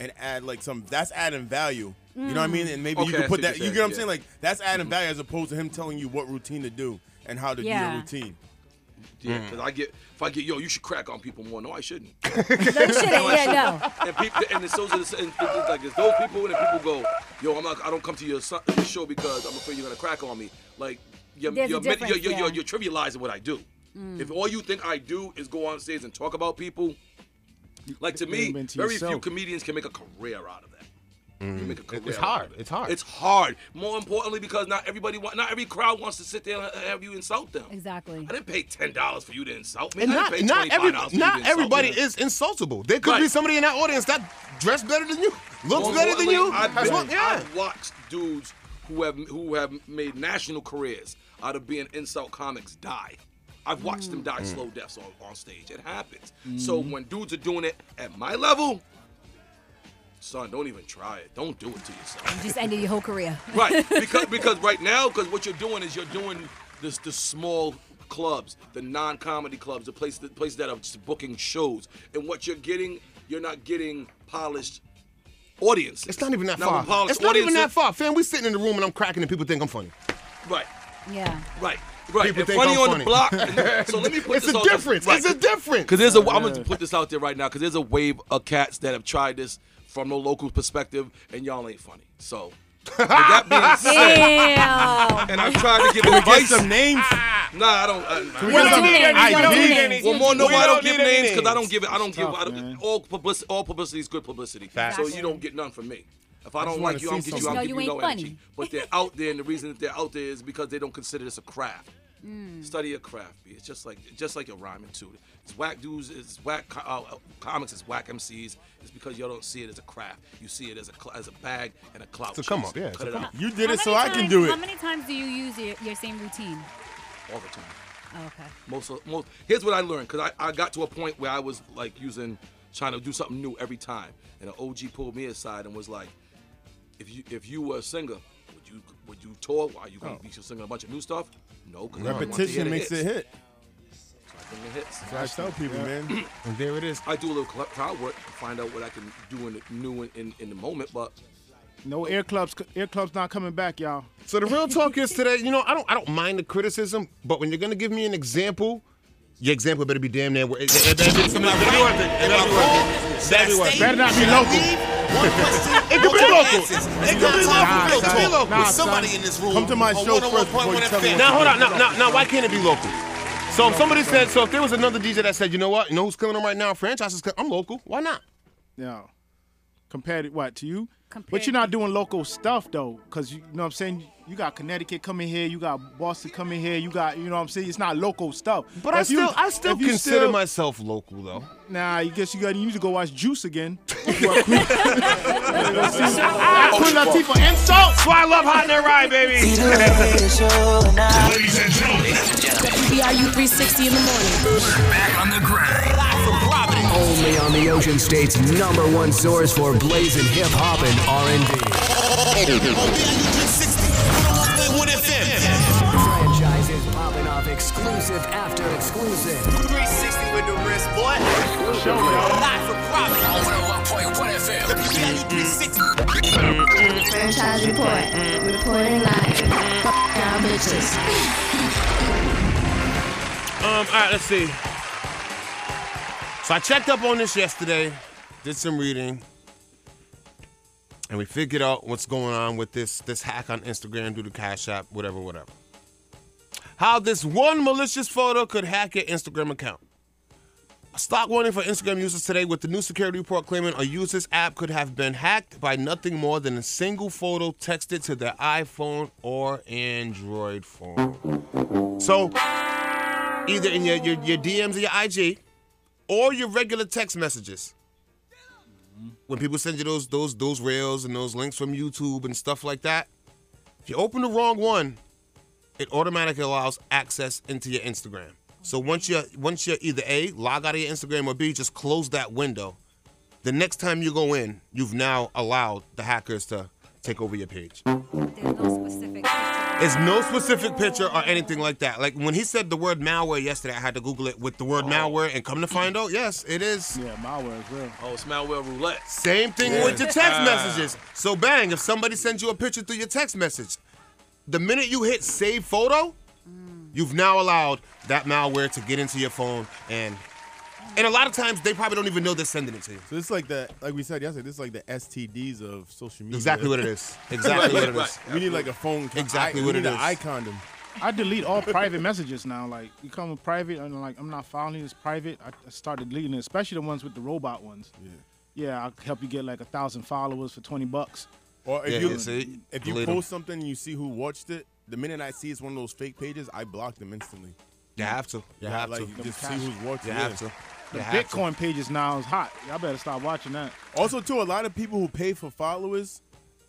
and add like some. That's adding value. You know what I mean? And maybe
Okay,
you
I
could put
see
that.
what
You
you're
get what I'm
saying, Mm-hmm.
saying? Like that's adding value as opposed to him telling you what routine to do and how to do
Yeah.
your routine. Mm.
Yeah, because I get if I get yo, you should crack on people more. No, I shouldn't.
shouldn't.
I
Yeah,
shouldn't. And people and it's those are the- and it's like it's those people and the people go, yo, I'm not, I don't come to your son- your show because I'm afraid you're gonna crack on me. Like you're
There's a
you're, you're, you're,
difference, yeah.
you're, you're trivializing what I do.
Mm.
If all you think I do is go on stage and talk about people, like to me,
Commitment to
very few
yourself. Mm.
comedians can make a career out of that. You make a career
It's
out of
hard.
it.
It's hard.
It's hard. More importantly, because not everybody, wa- not every crowd wants to sit there and have you insult them.
Exactly.
I didn't pay ten dollars for you to insult me.
and
I
not
didn't pay
not, every,
$25 for you to
not
insult
everybody
me.
is insultable. There could be
Right.
somebody in that audience that dressed better than you, looks
Well,
better than
like,
you.
I've,
has
been-
one- yeah.
I've watched dudes who have who have made national careers out of being insult comics die. I've watched them
Mm.
die
Mm-hmm.
slow deaths on, on stage. It happens. So when dudes are doing it at my level, son, don't even try it. Don't do it to yourself.
You just ended your whole career.
Right, because because right now, because what you're doing is you're doing this the small clubs, the non-comedy clubs, the places the places that are just booking shows, and what you're getting, you're not getting polished audiences.
It's not even that
Now, when
far.
polished
It's not even that
audiences-
far, fam. We sitting in the room and I'm cracking and people think I'm funny.
Right,
Yeah.
right, right.
People
And
think
funny
I'm
on
funny.
the block. and- so let me put
It's
this
a
out there.
difference.
Right.
It's a difference.
Because there's a, I'm gonna put this out there right now. Because there's a wave of cats that have tried this from the local perspective, and y'all ain't funny. So With that being said,
Damn.
and I've tried to give
Can we get
advice.
some
names? Nah, I don't. I,
Can we We get don't some need any. We don't ideas? need any.
Well, more no,
We
I
don't
don't give
need any
names because I
names.
don't give it. I don't give.
Tough,
I don't, all publicity, all publicity is good publicity.
Facts.
So you don't get none from me. If I
I just
don't
wanna
like you, I don't
see
get you.
something.
I'll
No,
give
you
you no
ain't funny.
energy. But they're out there, and the reason that they're out there is because they don't consider this a craft. Study a craft. B. It's just like just like your rhyming too. It's whack dudes. It's whack co- uh, uh, comics. It's whack MCs. It's because you don't see it as a craft. You see it as a cl- as a bag and a clout.
So come
chase.
on, yeah,
Cut
so
it
come
out.
on. You did
How
it, so
many
I can
times-
do it.
How many times do you use your, your same routine?
all the time.
Oh, okay.
Most, of- most. Here's what I learned because I, I got to a point where I was like using trying to do something new every time, and an OG pulled me aside and was like, "If you if you were a singer, would you would you tour? Are you gonna be singing a bunch of new stuff? No, because
Oh. Repetition makes it hit.
the hits.
So I tell people, man.
And there it is. I do a little cl- crowd work to find out what I can do in the new in, in, in the moment, but
No air clubs. Air clubs not coming back, y'all.
So the real talk is today. You know, I don't I don't mind the criticism, but when you're gonna give me an example, your example better be damn near. wor- It, it, it better be something I really worth it. It better be worth it. Better be worth it.
Better not be
local.
It could be local.
It could be local. It could be local. Somebody in this room.
Come to my show first before you tell me what
Now hold on.
you
Now, now, now, why can't it be local? So if somebody said, so if there was another DJ that said, you know what, you know who's killing them right now? Franchises, kill- I'm local. Why not?
No. Compared to what to you?
Compared
But you're not doing local stuff though, cause you, you know what I'm saying. You got Connecticut coming here, you got Boston coming here, you got you know what I'm saying. It's not local stuff.
But I
If you-
still, I still
if you
consider
still-
myself local though.
Nah, I guess you got you need to go watch Juice again. Queen Latifah insult.
That's why I love hot and ride, baby.
Ladies and gentlemen, WBRU 360 in the morning. Back on the grind.
Only on the Ocean State's number one source for blazing hip hop and R&B. Franchises popping off exclusive after exclusive. 360 with the wrist, boy. Show me. Live for profit. 101.1 FM.
E
Franchise report. Reporting live. Fuck y'all bitches.
Um, all right, let's see. So I checked up on this yesterday, did some reading, and we figured out what's going on with this this hack on Instagram due to Cash App, whatever, whatever. How this one malicious photo could hack your Instagram account. A stock warning for Instagram users today with the new security report claiming a user's app could have been hacked by nothing more than a single photo texted to their iPhone or Android phone. So, either in your, your, your DMs or your IG or your regular text messages. When people send you those those those rails and those links from YouTube and stuff like that, if you open the wrong one, it automatically allows access into your Instagram. So once you once you're either A, log out of your Instagram or B, just close that window. The next time you go in, you've now allowed the hackers to take over your page. It's no specific picture or anything like that. Like when he said the word malware yesterday, I had to Google it with the word malware and come to find out, yes, it is.
Yeah, malware as well.
oh, it's malware roulette.
Same thing
Yeah.
with your text
Ah.
messages. So bang, if somebody sends you a picture through your text message, the minute you hit save photo, you've now allowed that malware to get into your phone and and a lot of times they probably don't even know they're sending it to you.
So this is like the like we said yesterday. This is like the STDs of social media.
Exactly what it is. Exactly what it is.
We need like a phone. con-
Exactly
I,
what
we
it
need
is.
An eye condom.
I delete all private messages now. Like you come private, and like I'm not following this private. I I started deleting it, especially the ones with the robot ones. Yeah, yeah, I'll help you get like a thousand followers for twenty bucks.
Or if
Yeah,
you
yeah, see?
if you
Delete 'em.
post something and you see who watched it, the minute I see it's one of those fake pages, I block them instantly.
You have to. You have
like,
to.
You just see who's watching.
You
yeah.
have to.
The Bitcoin pages now is hot. Y'all better stop watching that.
Also, too, a lot of people who pay for followers,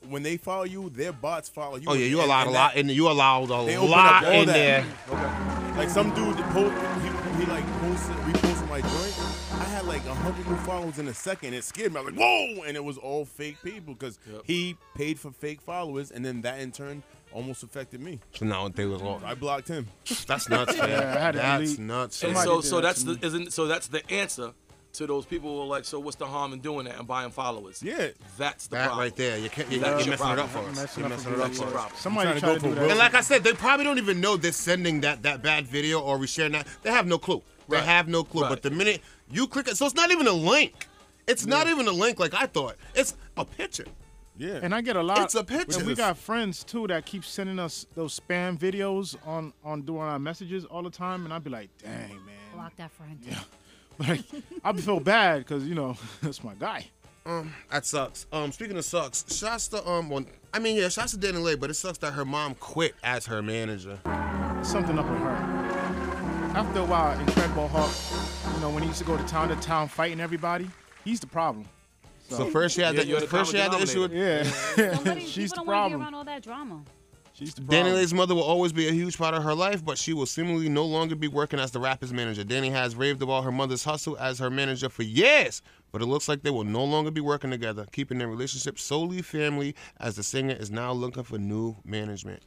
when they follow you, their bots follow you.
Oh yeah, you
And-
allowed a
and
lot
that-
in you allowed
they
a
open
lot
up all
in
that.
there.
Like some dude that post, he, he like posted, reposted my joint. I had like a hundred new followers in a second. It scared me. I was like, whoa! And it was all fake people because he paid for fake followers, and then that in turn almost affected me.
So now they was all
I blocked him.
That's nuts, man. Yeah, I had to That's delete. nuts,
And
Somebody
so,
did
so
that
that's
to
the isn't so that's the answer to those people who are like, so what's the harm in doing that and buying followers?
Yeah,
that's the
That
problem.
right there. You can't, you're,
That's
you're
your
messing it
problem.
up for us.
Messing
You're
up
messing
for
it up
us.
for
Problem.
us.
Somebody Trying to tried go to do for that.
And like I said, they probably don't even know they're sending that that bad video or resharing that. They have no clue. They have no clue. But the minute you click it, so it's not even a link. It's not even a link like I thought. It's a picture.
Yeah.
And I get a lot.
It's a picture.
And we got friends too that keep sending us those spam videos on on doing our messages all the time, and I'd be like, dang. man.
Block that friend.
Like, I'd feel bad because you know that's my guy.
Um, that sucks. Um, speaking of sucks, shots to um, well, I mean, yeah, shots to Danny Lay, but it sucks that her mom quit as her manager.
Something up with her. After a while, Incredible Hulk, you know, when he used to go to town to town fighting everybody, he's the problem.
So first she had Yeah, the- you're the first she had the common issue with-
Yeah, she's
People
the
don't want to be
problem.
around all that drama.
She's the
Danny Lay's mother will always be a huge part of her life, but she will seemingly no longer be working as the rapper's manager. Danny has raved about her mother's hustle as her manager for years, but it looks like they will no longer be working together, keeping their relationship solely family as the singer is now looking for new management.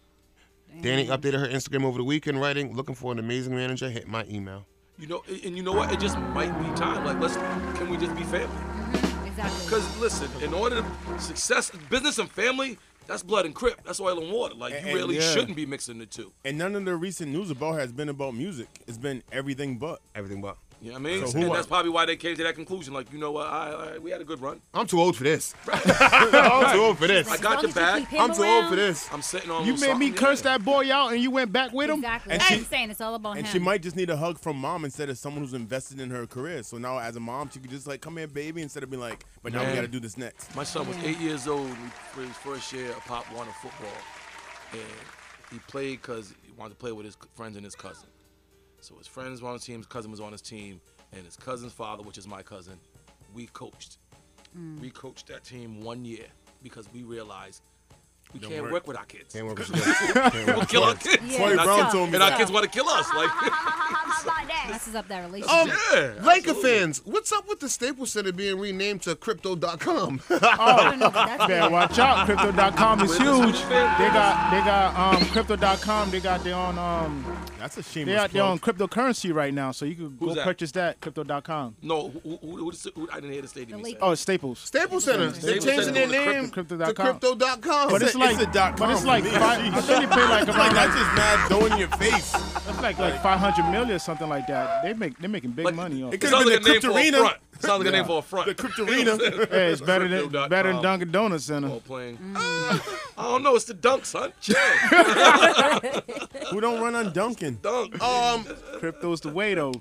Danny updated her Instagram over the weekend, writing, Looking for an amazing manager, hit my email.
You know, and- and you know what? It just might be time. Like, let's can we just be family?
Exactly.
Because listen, in order to success, business and family, that's blood and crip. That's oil and water. Like, you
And-
really
yeah.
shouldn't be mixing the two.
And none of the recent news about her has been about music. It's been everything but.
Everything but.
You know what I mean?
So
and
who
that's probably why they came to that conclusion. Like, you know what? I, I we had a good run.
I'm too old for this. I'm too old for this.
I got your back.
I'm too old for this.
I'm sitting on.
You made me curse that boy out, and you went back with him.
Exactly.
And
That's
she-
what I'm saying. It's all about
And
him.
she might just need a hug from mom instead of someone who's invested in her career. So now, as a mom, she could just like, come here, baby, instead of being like, but now we
Man,
got to do this next.
My son was eight years old when for his first year of Pop Warner football, and he played because he wanted to play with his c- friends and his cousin. So his friends were on his team, his cousin was on his team, and his cousin's father, which is my cousin, we coached.
Mm.
We coached that team one year because we realized. We
Don't
can't work.
work.
with our kids.
Can't work with your kids. Can't work
we'll
with
kill our
your kids.
kids.
Yeah. Troy
and our
Brown
kids-
told me
and our
that.
kids want to kill us. Like,
messes up that relationship.
Um,
Yeah,
Laker fans, what's up with the Staples Center being renamed to Crypto.com?
Better watch out. Crypto.com is huge. They got they got um crypto.com. They got their own um.
That's a shame.
They got their own cryptocurrency right now, so you could
Who's
go
that?
purchase that crypto.com.
no, who, who, who, who, who, I didn't hear the stadium. he said.
Oh, it's Staples.
Staples Center.
They changing their name
crypto.com.
to
crypto.com.
But it's,
It's a-
like
it's a dot
But
com
it's
for
like
me.
five, I think they pay like
Like,
around
that's just mad throwing in your face.
That's like like 500 million or something like that. They make they're making big money off.
it could've Sounds been like the a name for a Cryptorina. front. Sounds like a name for a
front.
The Cryptorina.
Hey, it's better than
Crypto.com.
better than Dunkin' Donuts Center.
playing. I don't know. It's the dunk, son. Chill.
Who don't run on Dunkin'?
Dunk.
Um,
Crypto's the way though.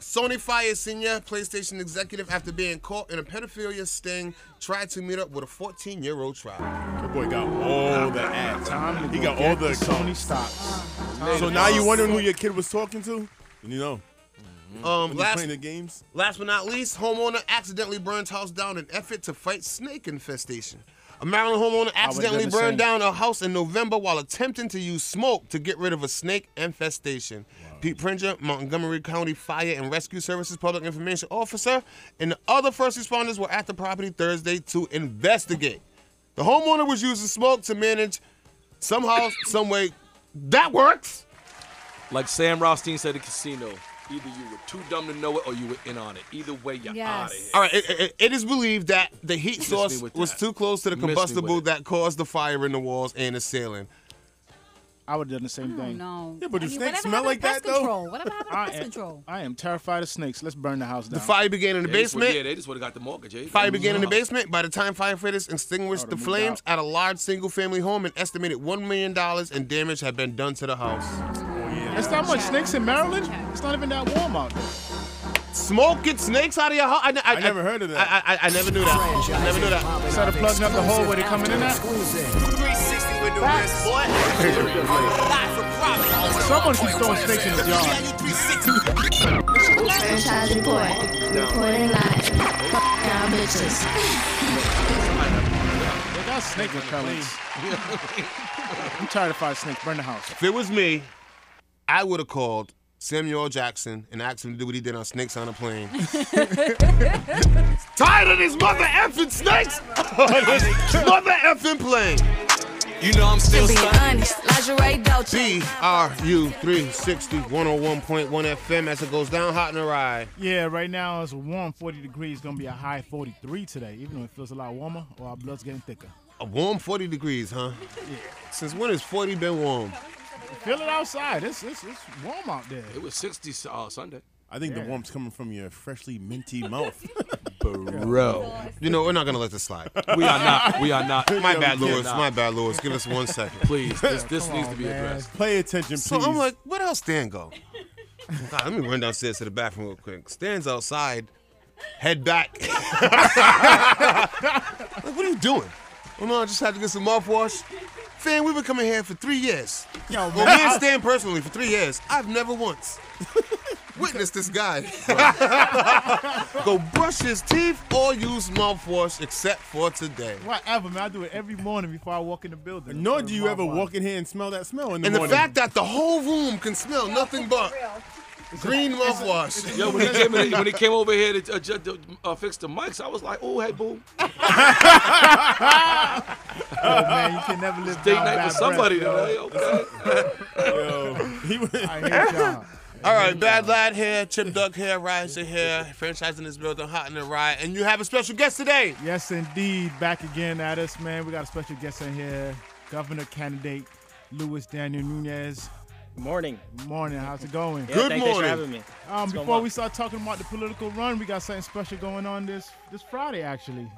Sony fired senior PlayStation executive after being caught in a pedophilia sting. Tried to meet up with a 14-year-old trial.
Your boy got all the ads.
Time to
He
go
got
get
all the
the Sony
accounts.
stocks.
So now you wondering who your kid was talking to? You know.
Um,
When you
last-
playing the games.
Last but not least, homeowner accidentally burns house down in effort to fight snake infestation. A Maryland homeowner accidentally
done the
burned
same.
down a house in November while attempting to use smoke to get rid of a snake infestation. Pete Pringer, Montgomery County Fire and Rescue Services Public Information Officer, and the other first responders were at the property Thursday to investigate. The homeowner was using smoke to manage somehow, some way. That works.
Like Sam Rothstein said at casino, either you were too dumb to know it or you were in on it. Either way, you're out of here.
All right, it, it- it is believed that the heat
Miss me
source
with
was
that.
too close to the
Miss me with
combustible
it.
that caused the fire in the walls and the ceiling.
I would have done the same thing.
No.
Yeah, but
I
do
mean,
snakes
whatever
smell
happened
like
to pest
that, though?
control? Whatever happened to
I
pest
am-
control?
I am terrified of snakes. Let's burn the house down.
The fire began in the
They just would-
basement.
yeah, they just would have got the mortgage. eh?
Fire began in the
Mhm.
basement. By the time firefighters
Oh,
extinguished the flames at a large single family home, an estimated $1 million in damage had been done to the house.
It's not much snakes in Maryland. It's not even that warm out there.
Smoke get snakes out of your house? I, I,
never heard of that.
I, I, I never knew that. I never knew that.
Instead of plugging up the hole where they coming in at.
with the
Facts.
wrist, boy. Live for profit.
Someone keeps throwing snakes in the jar.
Franchise report. Reporting live. Fuck y'all bitches.
They got snake repellents. I'm tired of fire snakes. Burn the house.
If it was me, I would have called Samuel Jackson and asked him to do what he did on Snakes on a Plane. Tired of these mother effing snakes on this mother effing plane. You know I'm
still To be stuck. honest, lingerie Dolce.
BRU 360 101.1 FM as it goes down hot in the ride.
Yeah, right now it's warm 40 degrees. Gonna be a high 43 today, even though it feels a lot warmer, or our blood's getting thicker.
A warm 40 degrees, huh? Since when has 40 been warm?
Feel it outside. It's it's, it's warm out there.
It was 60 uh, Sunday.
I think
Yeah.
the warmth's coming from your freshly minty mouth.
Bro.
You know, we're not gonna let this slide.
We are not. We are not.
My bad,
We
Lewis.
cannot.
My bad, Lewis. Give us one second,
please. This- this Come needs on, to be man. addressed.
Pay attention,
So I'm
please.
like, what else, Dan? Go. Oh, God, let me run downstairs to the bathroom real quick. Stan's outside, head back. like, what are you doing? Oh no, I just had to get some mouthwash. Fan, we've been coming here for three years. Yo, well,
man.
me and Stan personally for three years. I've never once witnessed this guy go brush his teeth or use mouthwash except for today.
Whatever, man. I do it every morning before I walk in the building.
Nor do you ever walk in here and smell that smell in the
And the
morning.
fact that the whole room can smell nothing but green mouthwash.
Yo, when he came, in, when he came over here to adjust, the- uh, fix the mics, I was like, oh, hey, boo.
Oh, man, you can never live
Date
down
night
bad
with somebody
breath,
today,
yo.
okay?
I hate y'all.
All right, bad lad here, Chip Duck here, Riser here, franchising this building, hot in the ride, and you have a special guest today.
Yes, indeed. Back again at us, man. We got a special guest in here, Governor candidate Luis Daniel Nunez.
Morning.
Morning. How's it going?
Yeah, Good thank- thanks for morning. having me.
Um,
What's going
before
on?
we start talking about the political run, we got something special going on this this Friday, actually.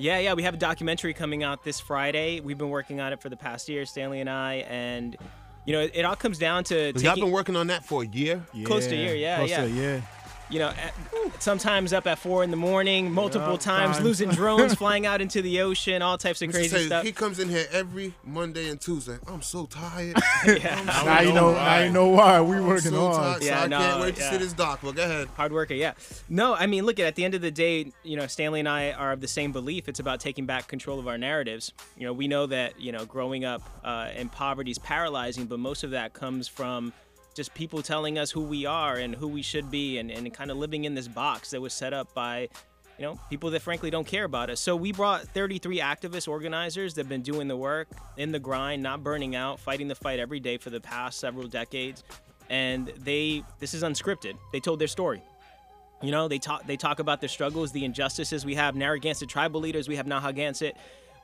Yeah, yeah, we have a documentary coming out this Friday. We've been working on it for the past year, Stanley and I, and you know, it, it all comes down to
Because y'all
taking
been working on that for a year.
Close to a year, yeah, Close to yeah. a year. you know, at, sometimes up at four in the morning, multiple
Yeah,
times,
times.
losing drones, flying out into the ocean, all types of
Mr.
crazy
Taylor,
stuff.
He comes in here every Monday and Tuesday. I'm so tired.
Yeah.
I'm so
Now you know, now you know why we working
so
hard.
tired, so I can't wait to
yeah.
see this doc. Well, go ahead.
Hard worker, yeah. No, I mean, look at at the end of the day, you know, Stanley and I are of the same belief. It's about taking back control of our narratives. You know, we know that you know growing up uh, in poverty is paralyzing, but most of that comes from just people telling us who we are and who we should be, and and kind of living in this box that was set up by. You know, people that frankly don't care about us. So we brought 33 activist organizers that've been doing the work, in the grind, not burning out, fighting the fight every day for the past several decades. And they, this is unscripted. They told their story. You know, they talk they talk about their struggles, the injustices we have. Narragansett tribal leaders, we have Narragansett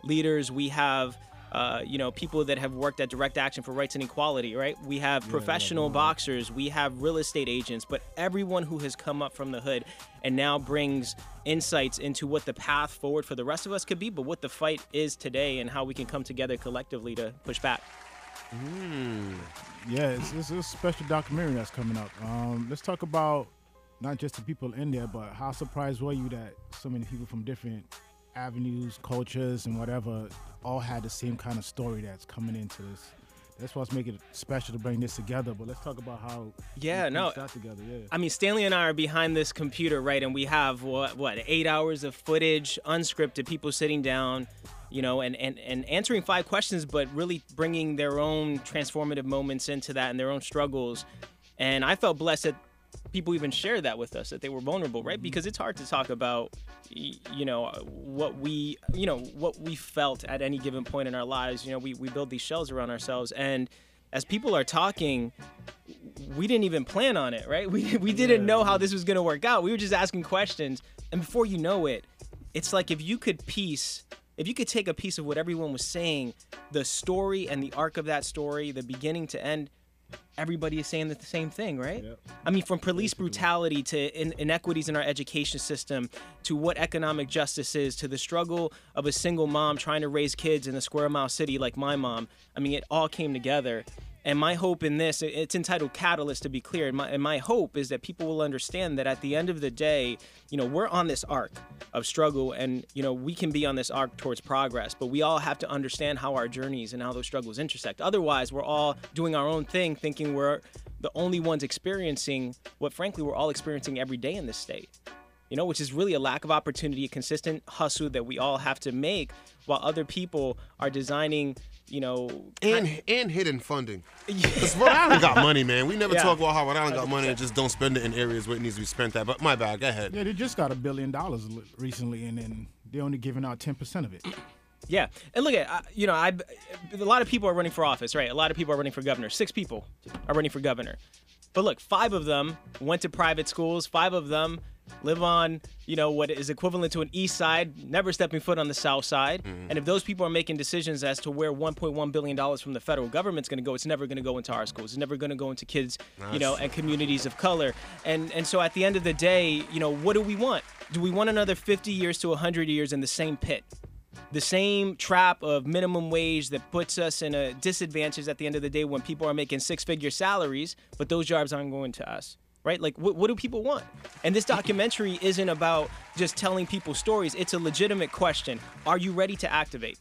leaders, we have uh, you know people that have worked at Direct Action for Rights and Equality, right? We have professional boxers, we have real estate agents, but everyone who has come up from the hood and now brings insights into what the path forward for the rest of us could be, but what the fight is today and how we can come together collectively to push back.
Yeah, it's, it's a special documentary that's coming up. Um, let's talk about not just the people in there, but how surprised were you that so many people from different avenues, cultures, and whatever all had the same kind of story that's coming into this. That's what's making it special to bring this together. But let's talk about how
Yeah,
we
no.
got together. Yeah,
I mean, Stanley and I are behind this computer, right? And we have what what eight hours of footage, unscripted, people sitting down, you know, and and and answering five questions, but really bringing their own transformative moments into that and their own struggles. And I felt blessed that people even shared that with us that they were vulnerable, right? Because it's hard to talk about, y- you know, what we, you know, what we felt at any given point in our lives. You know, we we build these shells around ourselves and. As people are talking, we didn't even plan on it, right? We, we didn't know how this was going to work out. We were just asking questions. And before you know it, it's like if you could piece, if you could take a piece of what everyone was saying, the story and the arc of that story, the beginning to end, everybody is saying the same thing, right? I mean, from police brutality to in- inequities in our education system, to what economic justice is, to the struggle of a single mom trying to raise kids in a square mile city like my mom. I mean, it all came together. And my hope in this, it- it's entitled Catalyst to be clear. And my, and my hope is that people will understand that at the end of the day, you know, we're on this arc of struggle and, you know, we can be on this arc towards progress, but we all have to understand how our journeys and how those struggles intersect. Otherwise, we're all doing our own thing, thinking we're the only ones experiencing what, frankly, we're all experiencing every day in this state, you know, which is really a lack of opportunity, a consistent hustle that we all have to make while other people are designing, you know,
And and hidden funding. Because Rhode Island got money, man. We never
Yeah.
talk about how Rhode Island got money and just don't spend it in areas where it needs to be spent at. But my bad. Go ahead.
yeah, they just got a billion dollars li- recently, and then they're only giving out ten percent of it.
Yeah, and look at I- you know I a lot of people are running for office, right? A lot of people are running for governor. Six people are running for governor, but look, five of them went to private schools. Five of them live on, you know, what is equivalent to an east side, never stepping foot on the south side.
Mhm.
And if those people are making decisions as to where 1.1 billion dollars from the federal government's going to go, it's never going to go into our schools. It's never going to go into kids, you
Nice.
know, and communities of color. And and so at the end of the day, you know, what do we want? Do we want another 50 years to 100 years in the same pit? the same trap of minimum wage that puts us in a disadvantage at the end of the day when people are making six figure salaries, but those jobs aren't going to us. Right? Like, what, what do people want? And this documentary isn't about just telling people stories. It's a legitimate question. Are you ready to activate?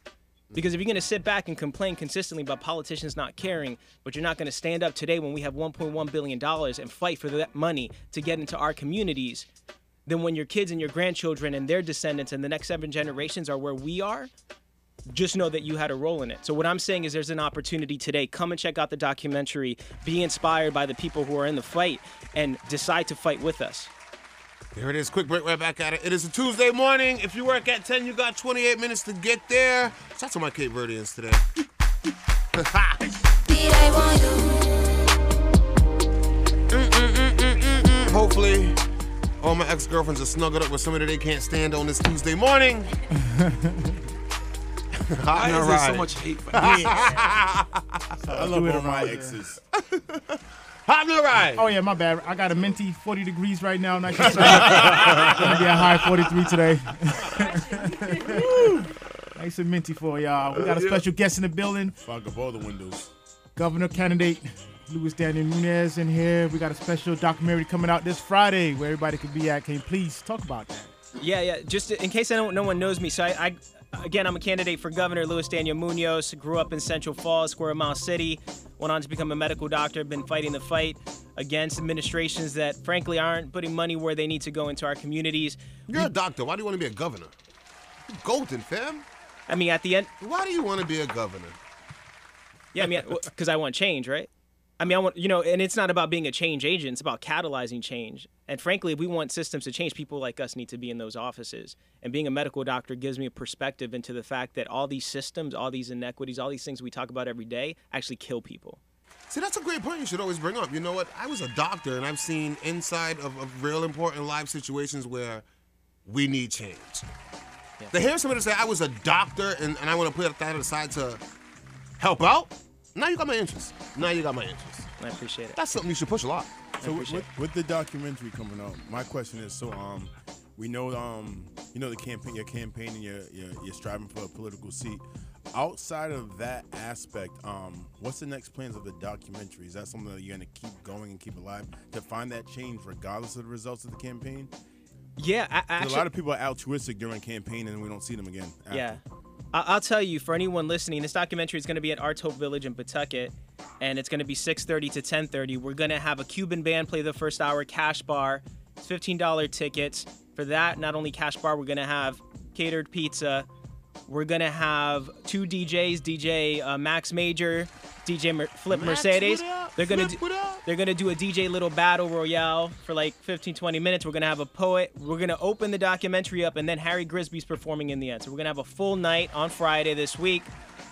Because if you're going to sit back and complain consistently about politicians not caring, but you're not going to stand up today when we have $1.1 billion and fight for that money to get into our communities, then when your kids and your grandchildren and their descendants and the next seven generations are where we are, just know that you had a role in it. So what I'm saying is there's an opportunity today. Come and check out the documentary, be inspired by the people who are in the fight and decide to fight with us.
There it is. Quick break, right back at it. It is a Tuesday morning. If you work at 10, you got 28 minutes to get there. Shout out to my Cape Verdeans today. Mm-mm-mm-mm-mm-mm. Hopefully, all my ex girlfriends are snuggled up with somebody they can't stand on this Tuesday morning.
Why is there so much hate? for
I love all my exes.
Hot new ride.
Oh yeah, my bad. I got a minty 40 degrees right now. Nice and sunny. Gonna be a high 43 today. Woo. nice and minty for y'all. We got a
Yeah.
special guest in the building.
Fog up all the windows.
Governor candidate Luis Daniel Nunez in here. We got a special documentary coming out this Friday where everybody could be at. Can you please talk about that?
Yeah, yeah. Just in case I don't, no one knows me, so I, I again, I'm a candidate for governor. Luis Daniel Munoz grew up in Central Falls, Square Mile City. Went on to become a medical doctor. Been fighting the fight against administrations that, frankly, aren't putting money where they need to go into our communities.
You're a doctor. Why do you want to be a governor? You're golden, fam.
I mean, at the end.
Why do you want to be a governor?
Yeah, I mean, because I want change, right? I mean, I want, you know, and it's not about being a change agent, it's about catalyzing change. And frankly, if we want systems to change, people like us need to be in those offices. And being a medical doctor gives me a perspective into the fact that all these systems, all these inequities, all these things we talk about every day actually kill people.
See, that's a great point you should always bring up. You know what? I was a doctor and I've seen inside of, of real important life situations where we need change. To hear somebody say, I was a doctor and, and I want to put that aside to help out, now you got my interest. Now you got my interest.
I appreciate it.
That's something you should push a lot.
So with, with, with the documentary coming out, my question is: so um, we know um, you know the campaign, your campaign, and your your, your striving for a political seat. Outside of that aspect, um, what's the next plans of the documentary? Is that something that you're gonna keep going and keep alive to find that change, regardless of the results of the campaign?
Yeah, I, I
'Cause
actually,
a lot of people are altruistic during campaign, and we don't see them again. after.
Yeah. I- I'll tell you, for anyone listening, this documentary is going to be at Arts Hope Village in Pawtucket, and it's going to be 6.30 to 10.30. We're going to have a Cuban band play the first hour, Cash Bar. It's $15 tickets. For that, not only Cash Bar, we're going to have catered pizza. We're going to have two DJs, DJ uh, Max Major, DJ Mer- Flip
Max,
Mercedes.
what up?
They're going to
Flip,
do, they're gonna do a DJ little battle royale for like 15, 20 minutes. We're gonna have a poet. We're gonna open the documentary up, and then Harry Grisby's performing in the end. So we're gonna have a full night on Friday this week.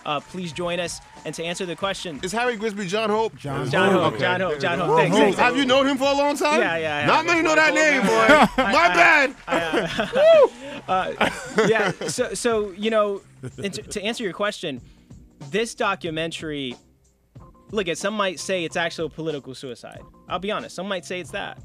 Uh, please join us. And to answer the question,
is Harry Grisby John Hope?
John,
Hope.
Hope.
Okay.
John Hope. John Hope.
Woo,
Thanks,
who-
thanks.
Have you known him for a long time?
Yeah, yeah. yeah.
Not many know that name, boy. My bad.
uh, yeah. So, so you know, and to, to answer your question, this documentary, look at some might say it's actual political suicide. I'll be honest. Some might say it's that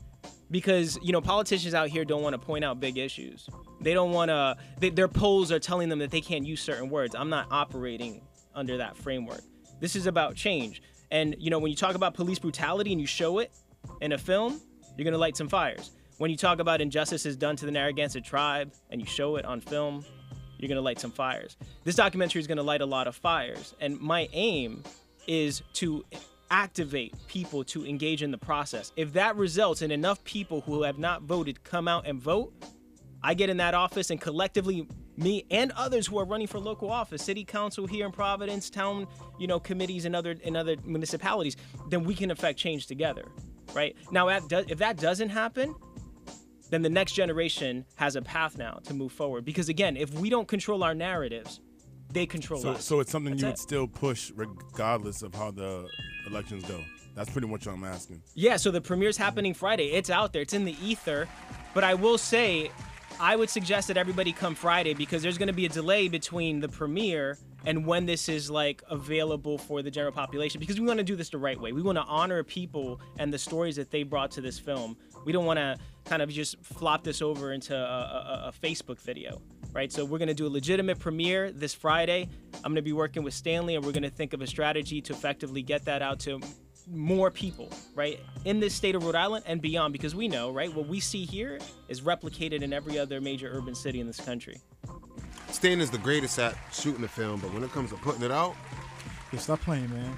because you know politicians out here don't want to point out big issues. They don't want to. They, their polls are telling them that they can't use certain words. I'm not operating under that framework. This is about change. And you know, when you talk about police brutality and you show it in a film, you're gonna light some fires. When you talk about injustices done to the Narragansett tribe and you show it on film, you're gonna light some fires. This documentary is gonna light a lot of fires, and my aim is to activate people to engage in the process. If that results in enough people who have not voted come out and vote, I get in that office and collectively me and others who are running for local office, city council here in Providence, town, you know, committees and other in other municipalities, then we can affect change together, right? Now if that- if that doesn't happen, then the next generation has a path now to move forward because again, if we don't control our narratives, they control
So,
us.
so it's something
That's
you
it.
would still push regardless of how the elections go. That's pretty much what I'm asking.
Yeah, so the premiere's happening Friday. It's out there. It's in the ether. But I will say, I would suggest that everybody come Friday because there's going to be a delay between the premiere and when this is like available for the general population because we want to do this the right way. We want to honor people and the stories that they brought to this film. We don't want to kind of just flop this over into a, a, a Facebook video, right? So we're going to do a legitimate premiere this Friday. I'm going to be working with Stanley and we're going to think of a strategy to effectively get that out to more people, right, in this state of Rhode Island and beyond, because we know, right, what we see here is replicated in every other major urban city in this country.
Stan is the greatest at shooting the film, but when it comes to putting it out,
yeah, stop playing, man.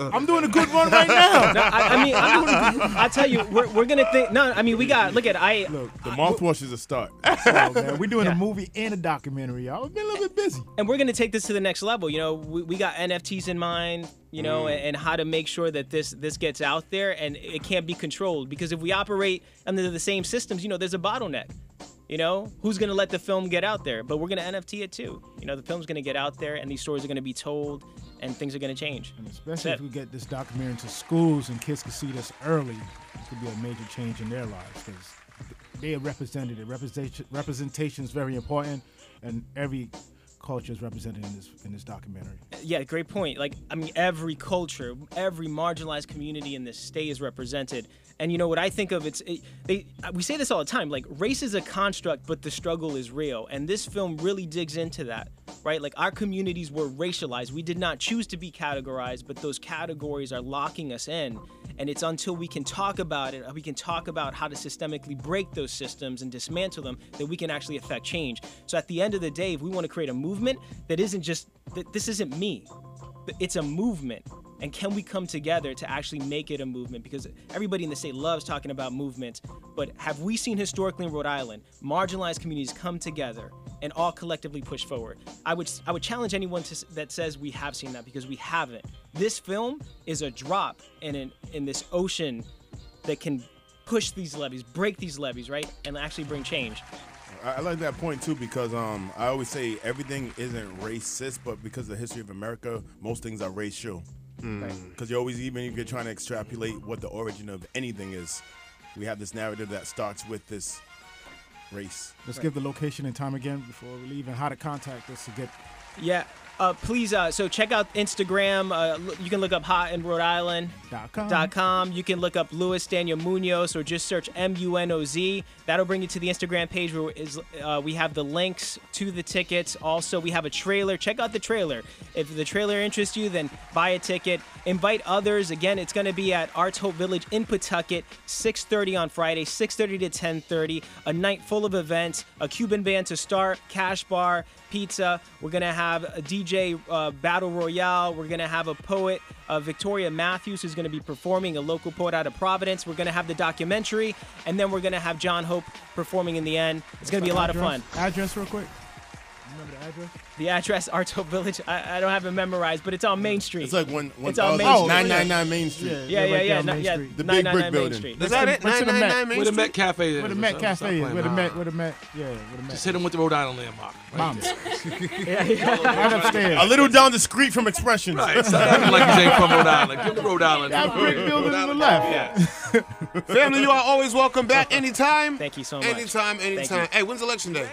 I'm
doing a good one right now.
No, I, I mean, I, I tell you, we're, we're gonna think. No, I mean, we got. Look at I. Look,
The mouthwash is a start.
man, we're doing a movie and a documentary, y'all. We've been a little bit busy.
And we're gonna take this to the next level. You know, we, we got NFTs in mind. You know, and, and how to make sure that this this gets out there and it can't be controlled because if we operate under the same systems, you know, there's a bottleneck. You know, who's gonna let the film get out there? But we're gonna NFT it too. You know, the film's gonna get out there and these stories are gonna be told and things are gonna change. That's
Especially if
it.
we get this documentary into schools and kids can see this early, it could be a major change in their lives because they are represented. and Representation representation is very important, and every culture is represented in this in this documentary.
Yeah, great point. Like, I mean, every culture, every marginalized community in this state is represented. And you know what I think of? It's it, they. We say this all the time. Like, race is a construct, but the struggle is real. And this film really digs into that, right? Like, our communities were racialized. We did not choose to be categorized, but those categories are locking us in. And it's until we can talk about it, we can talk about how to systemically break those systems and dismantle them, that we can actually affect change. So at the end of the day, if we want to create a movement that isn't just that this isn't me, but it's a movement. And can we come together to actually make it a movement? Because everybody in the state loves talking about movements, but have we seen historically in Rhode Island marginalized communities come together and all collectively push forward? I would I would challenge anyone to, s- that says we have seen that because we haven't. This film is a drop in an, in this ocean that can push these levees, break these levees, right, and actually bring change.
I, I like that point too because um, I always say everything isn't racist, but because of the history of America, most things are racial.
Mm.
Right.
Because you're always, even if you're trying to extrapolate what the origin of anything is, we have this narrative that starts with this race.
Let's give the location and time again before we leave, and how to contact us to get
Yeah. Uh, please, uh, so check out Instagram. Uh, lo- you can look up Hot in Rhode Island.
Dot com.
Dot com. You can look up Luis Daniel Munoz or just search M U N O Z. That'll bring you to the Instagram page where is, uh, we have the links to the tickets. Also, we have a trailer. Check out the trailer. If the trailer interests you, then buy a ticket. Invite others. Again, it's going to be at Arts Hope Village in Pawtucket, 6:30 on Friday, 6:30 to 10:30. A night full of events. A Cuban band to start. Cash bar pizza. We're gonna have a DJ uh, battle royale. We're gonna have a poet, uh, Victoria Matthews, who's gonna be performing, a local poet out of Providence. We're gonna have the documentary, and then we're gonna have John Hope performing in the end. It's gonna be a lot of fun.
Address- Address real quick. Remember the address?
The address, Arto Village. I, I don't have it memorized, but it's on Main Street. It's like
one,
it's
uh,
on Main Street.
999 Main Street.
Yeah, yeah, yeah. no- yeah, 999 Main Street.
Is that it?
What's in the Met?
999 Main Where the Met Street? Cafe is
Where the
or
Met
something. Stop
Cafe is.
playing.
Where the
Nah.
Met. Where the Met. Yeah. Where the Met.
Just hit him with the Rhode Island landmark.
Mom.
yeah,
Right upstairs.
A little down the street from Expressions.
Right, stop acting like you ain't from Rhode Island. Give the Rhode Island.
That brick building
on the
left.
Yeah. Family, you are always welcome back anytime.
Thank you so much.
Anytime,
Thank you.
anytime. Hey, when's election day?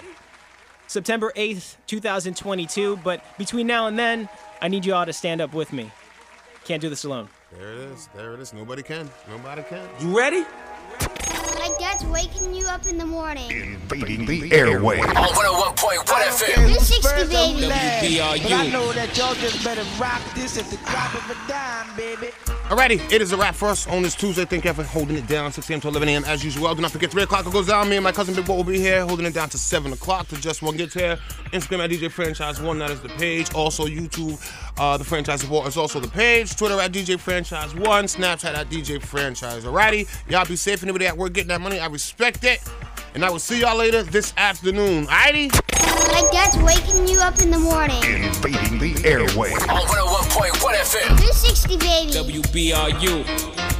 September 8th, 2022. But between now and then, I need you all to stand up with me. Can't do this alone.
There it is. There it is. Nobody can. Nobody can.
You ready?
Like that's waking you up in the morning.
Beating the airway.
On 101.1 FM.
360 baby.
WBRU.
But I know
that y'all just better rock this at the drop of a dime, baby.
Alrighty, it is a wrap for us on this Tuesday. Thank you for holding it down 6 a.m. to 11 a.m. as usual. Do not forget 3 o'clock it goes down. Me and my cousin Big Boy will be here holding it down to 7 o'clock. To just one gets here. Instagram at DJ Franchise One. That is the page. Also YouTube, uh, the franchise support is also the page. Twitter at DJ Franchise One. Snapchat at DJ Franchise. Alrighty, y'all be safe. Anybody at work getting that money, I respect it. And I will see y'all later this afternoon. Alrighty.
Like that's waking you up in the morning.
Beating the airway.
On 101.1 FM.
360 baby.
WBRU.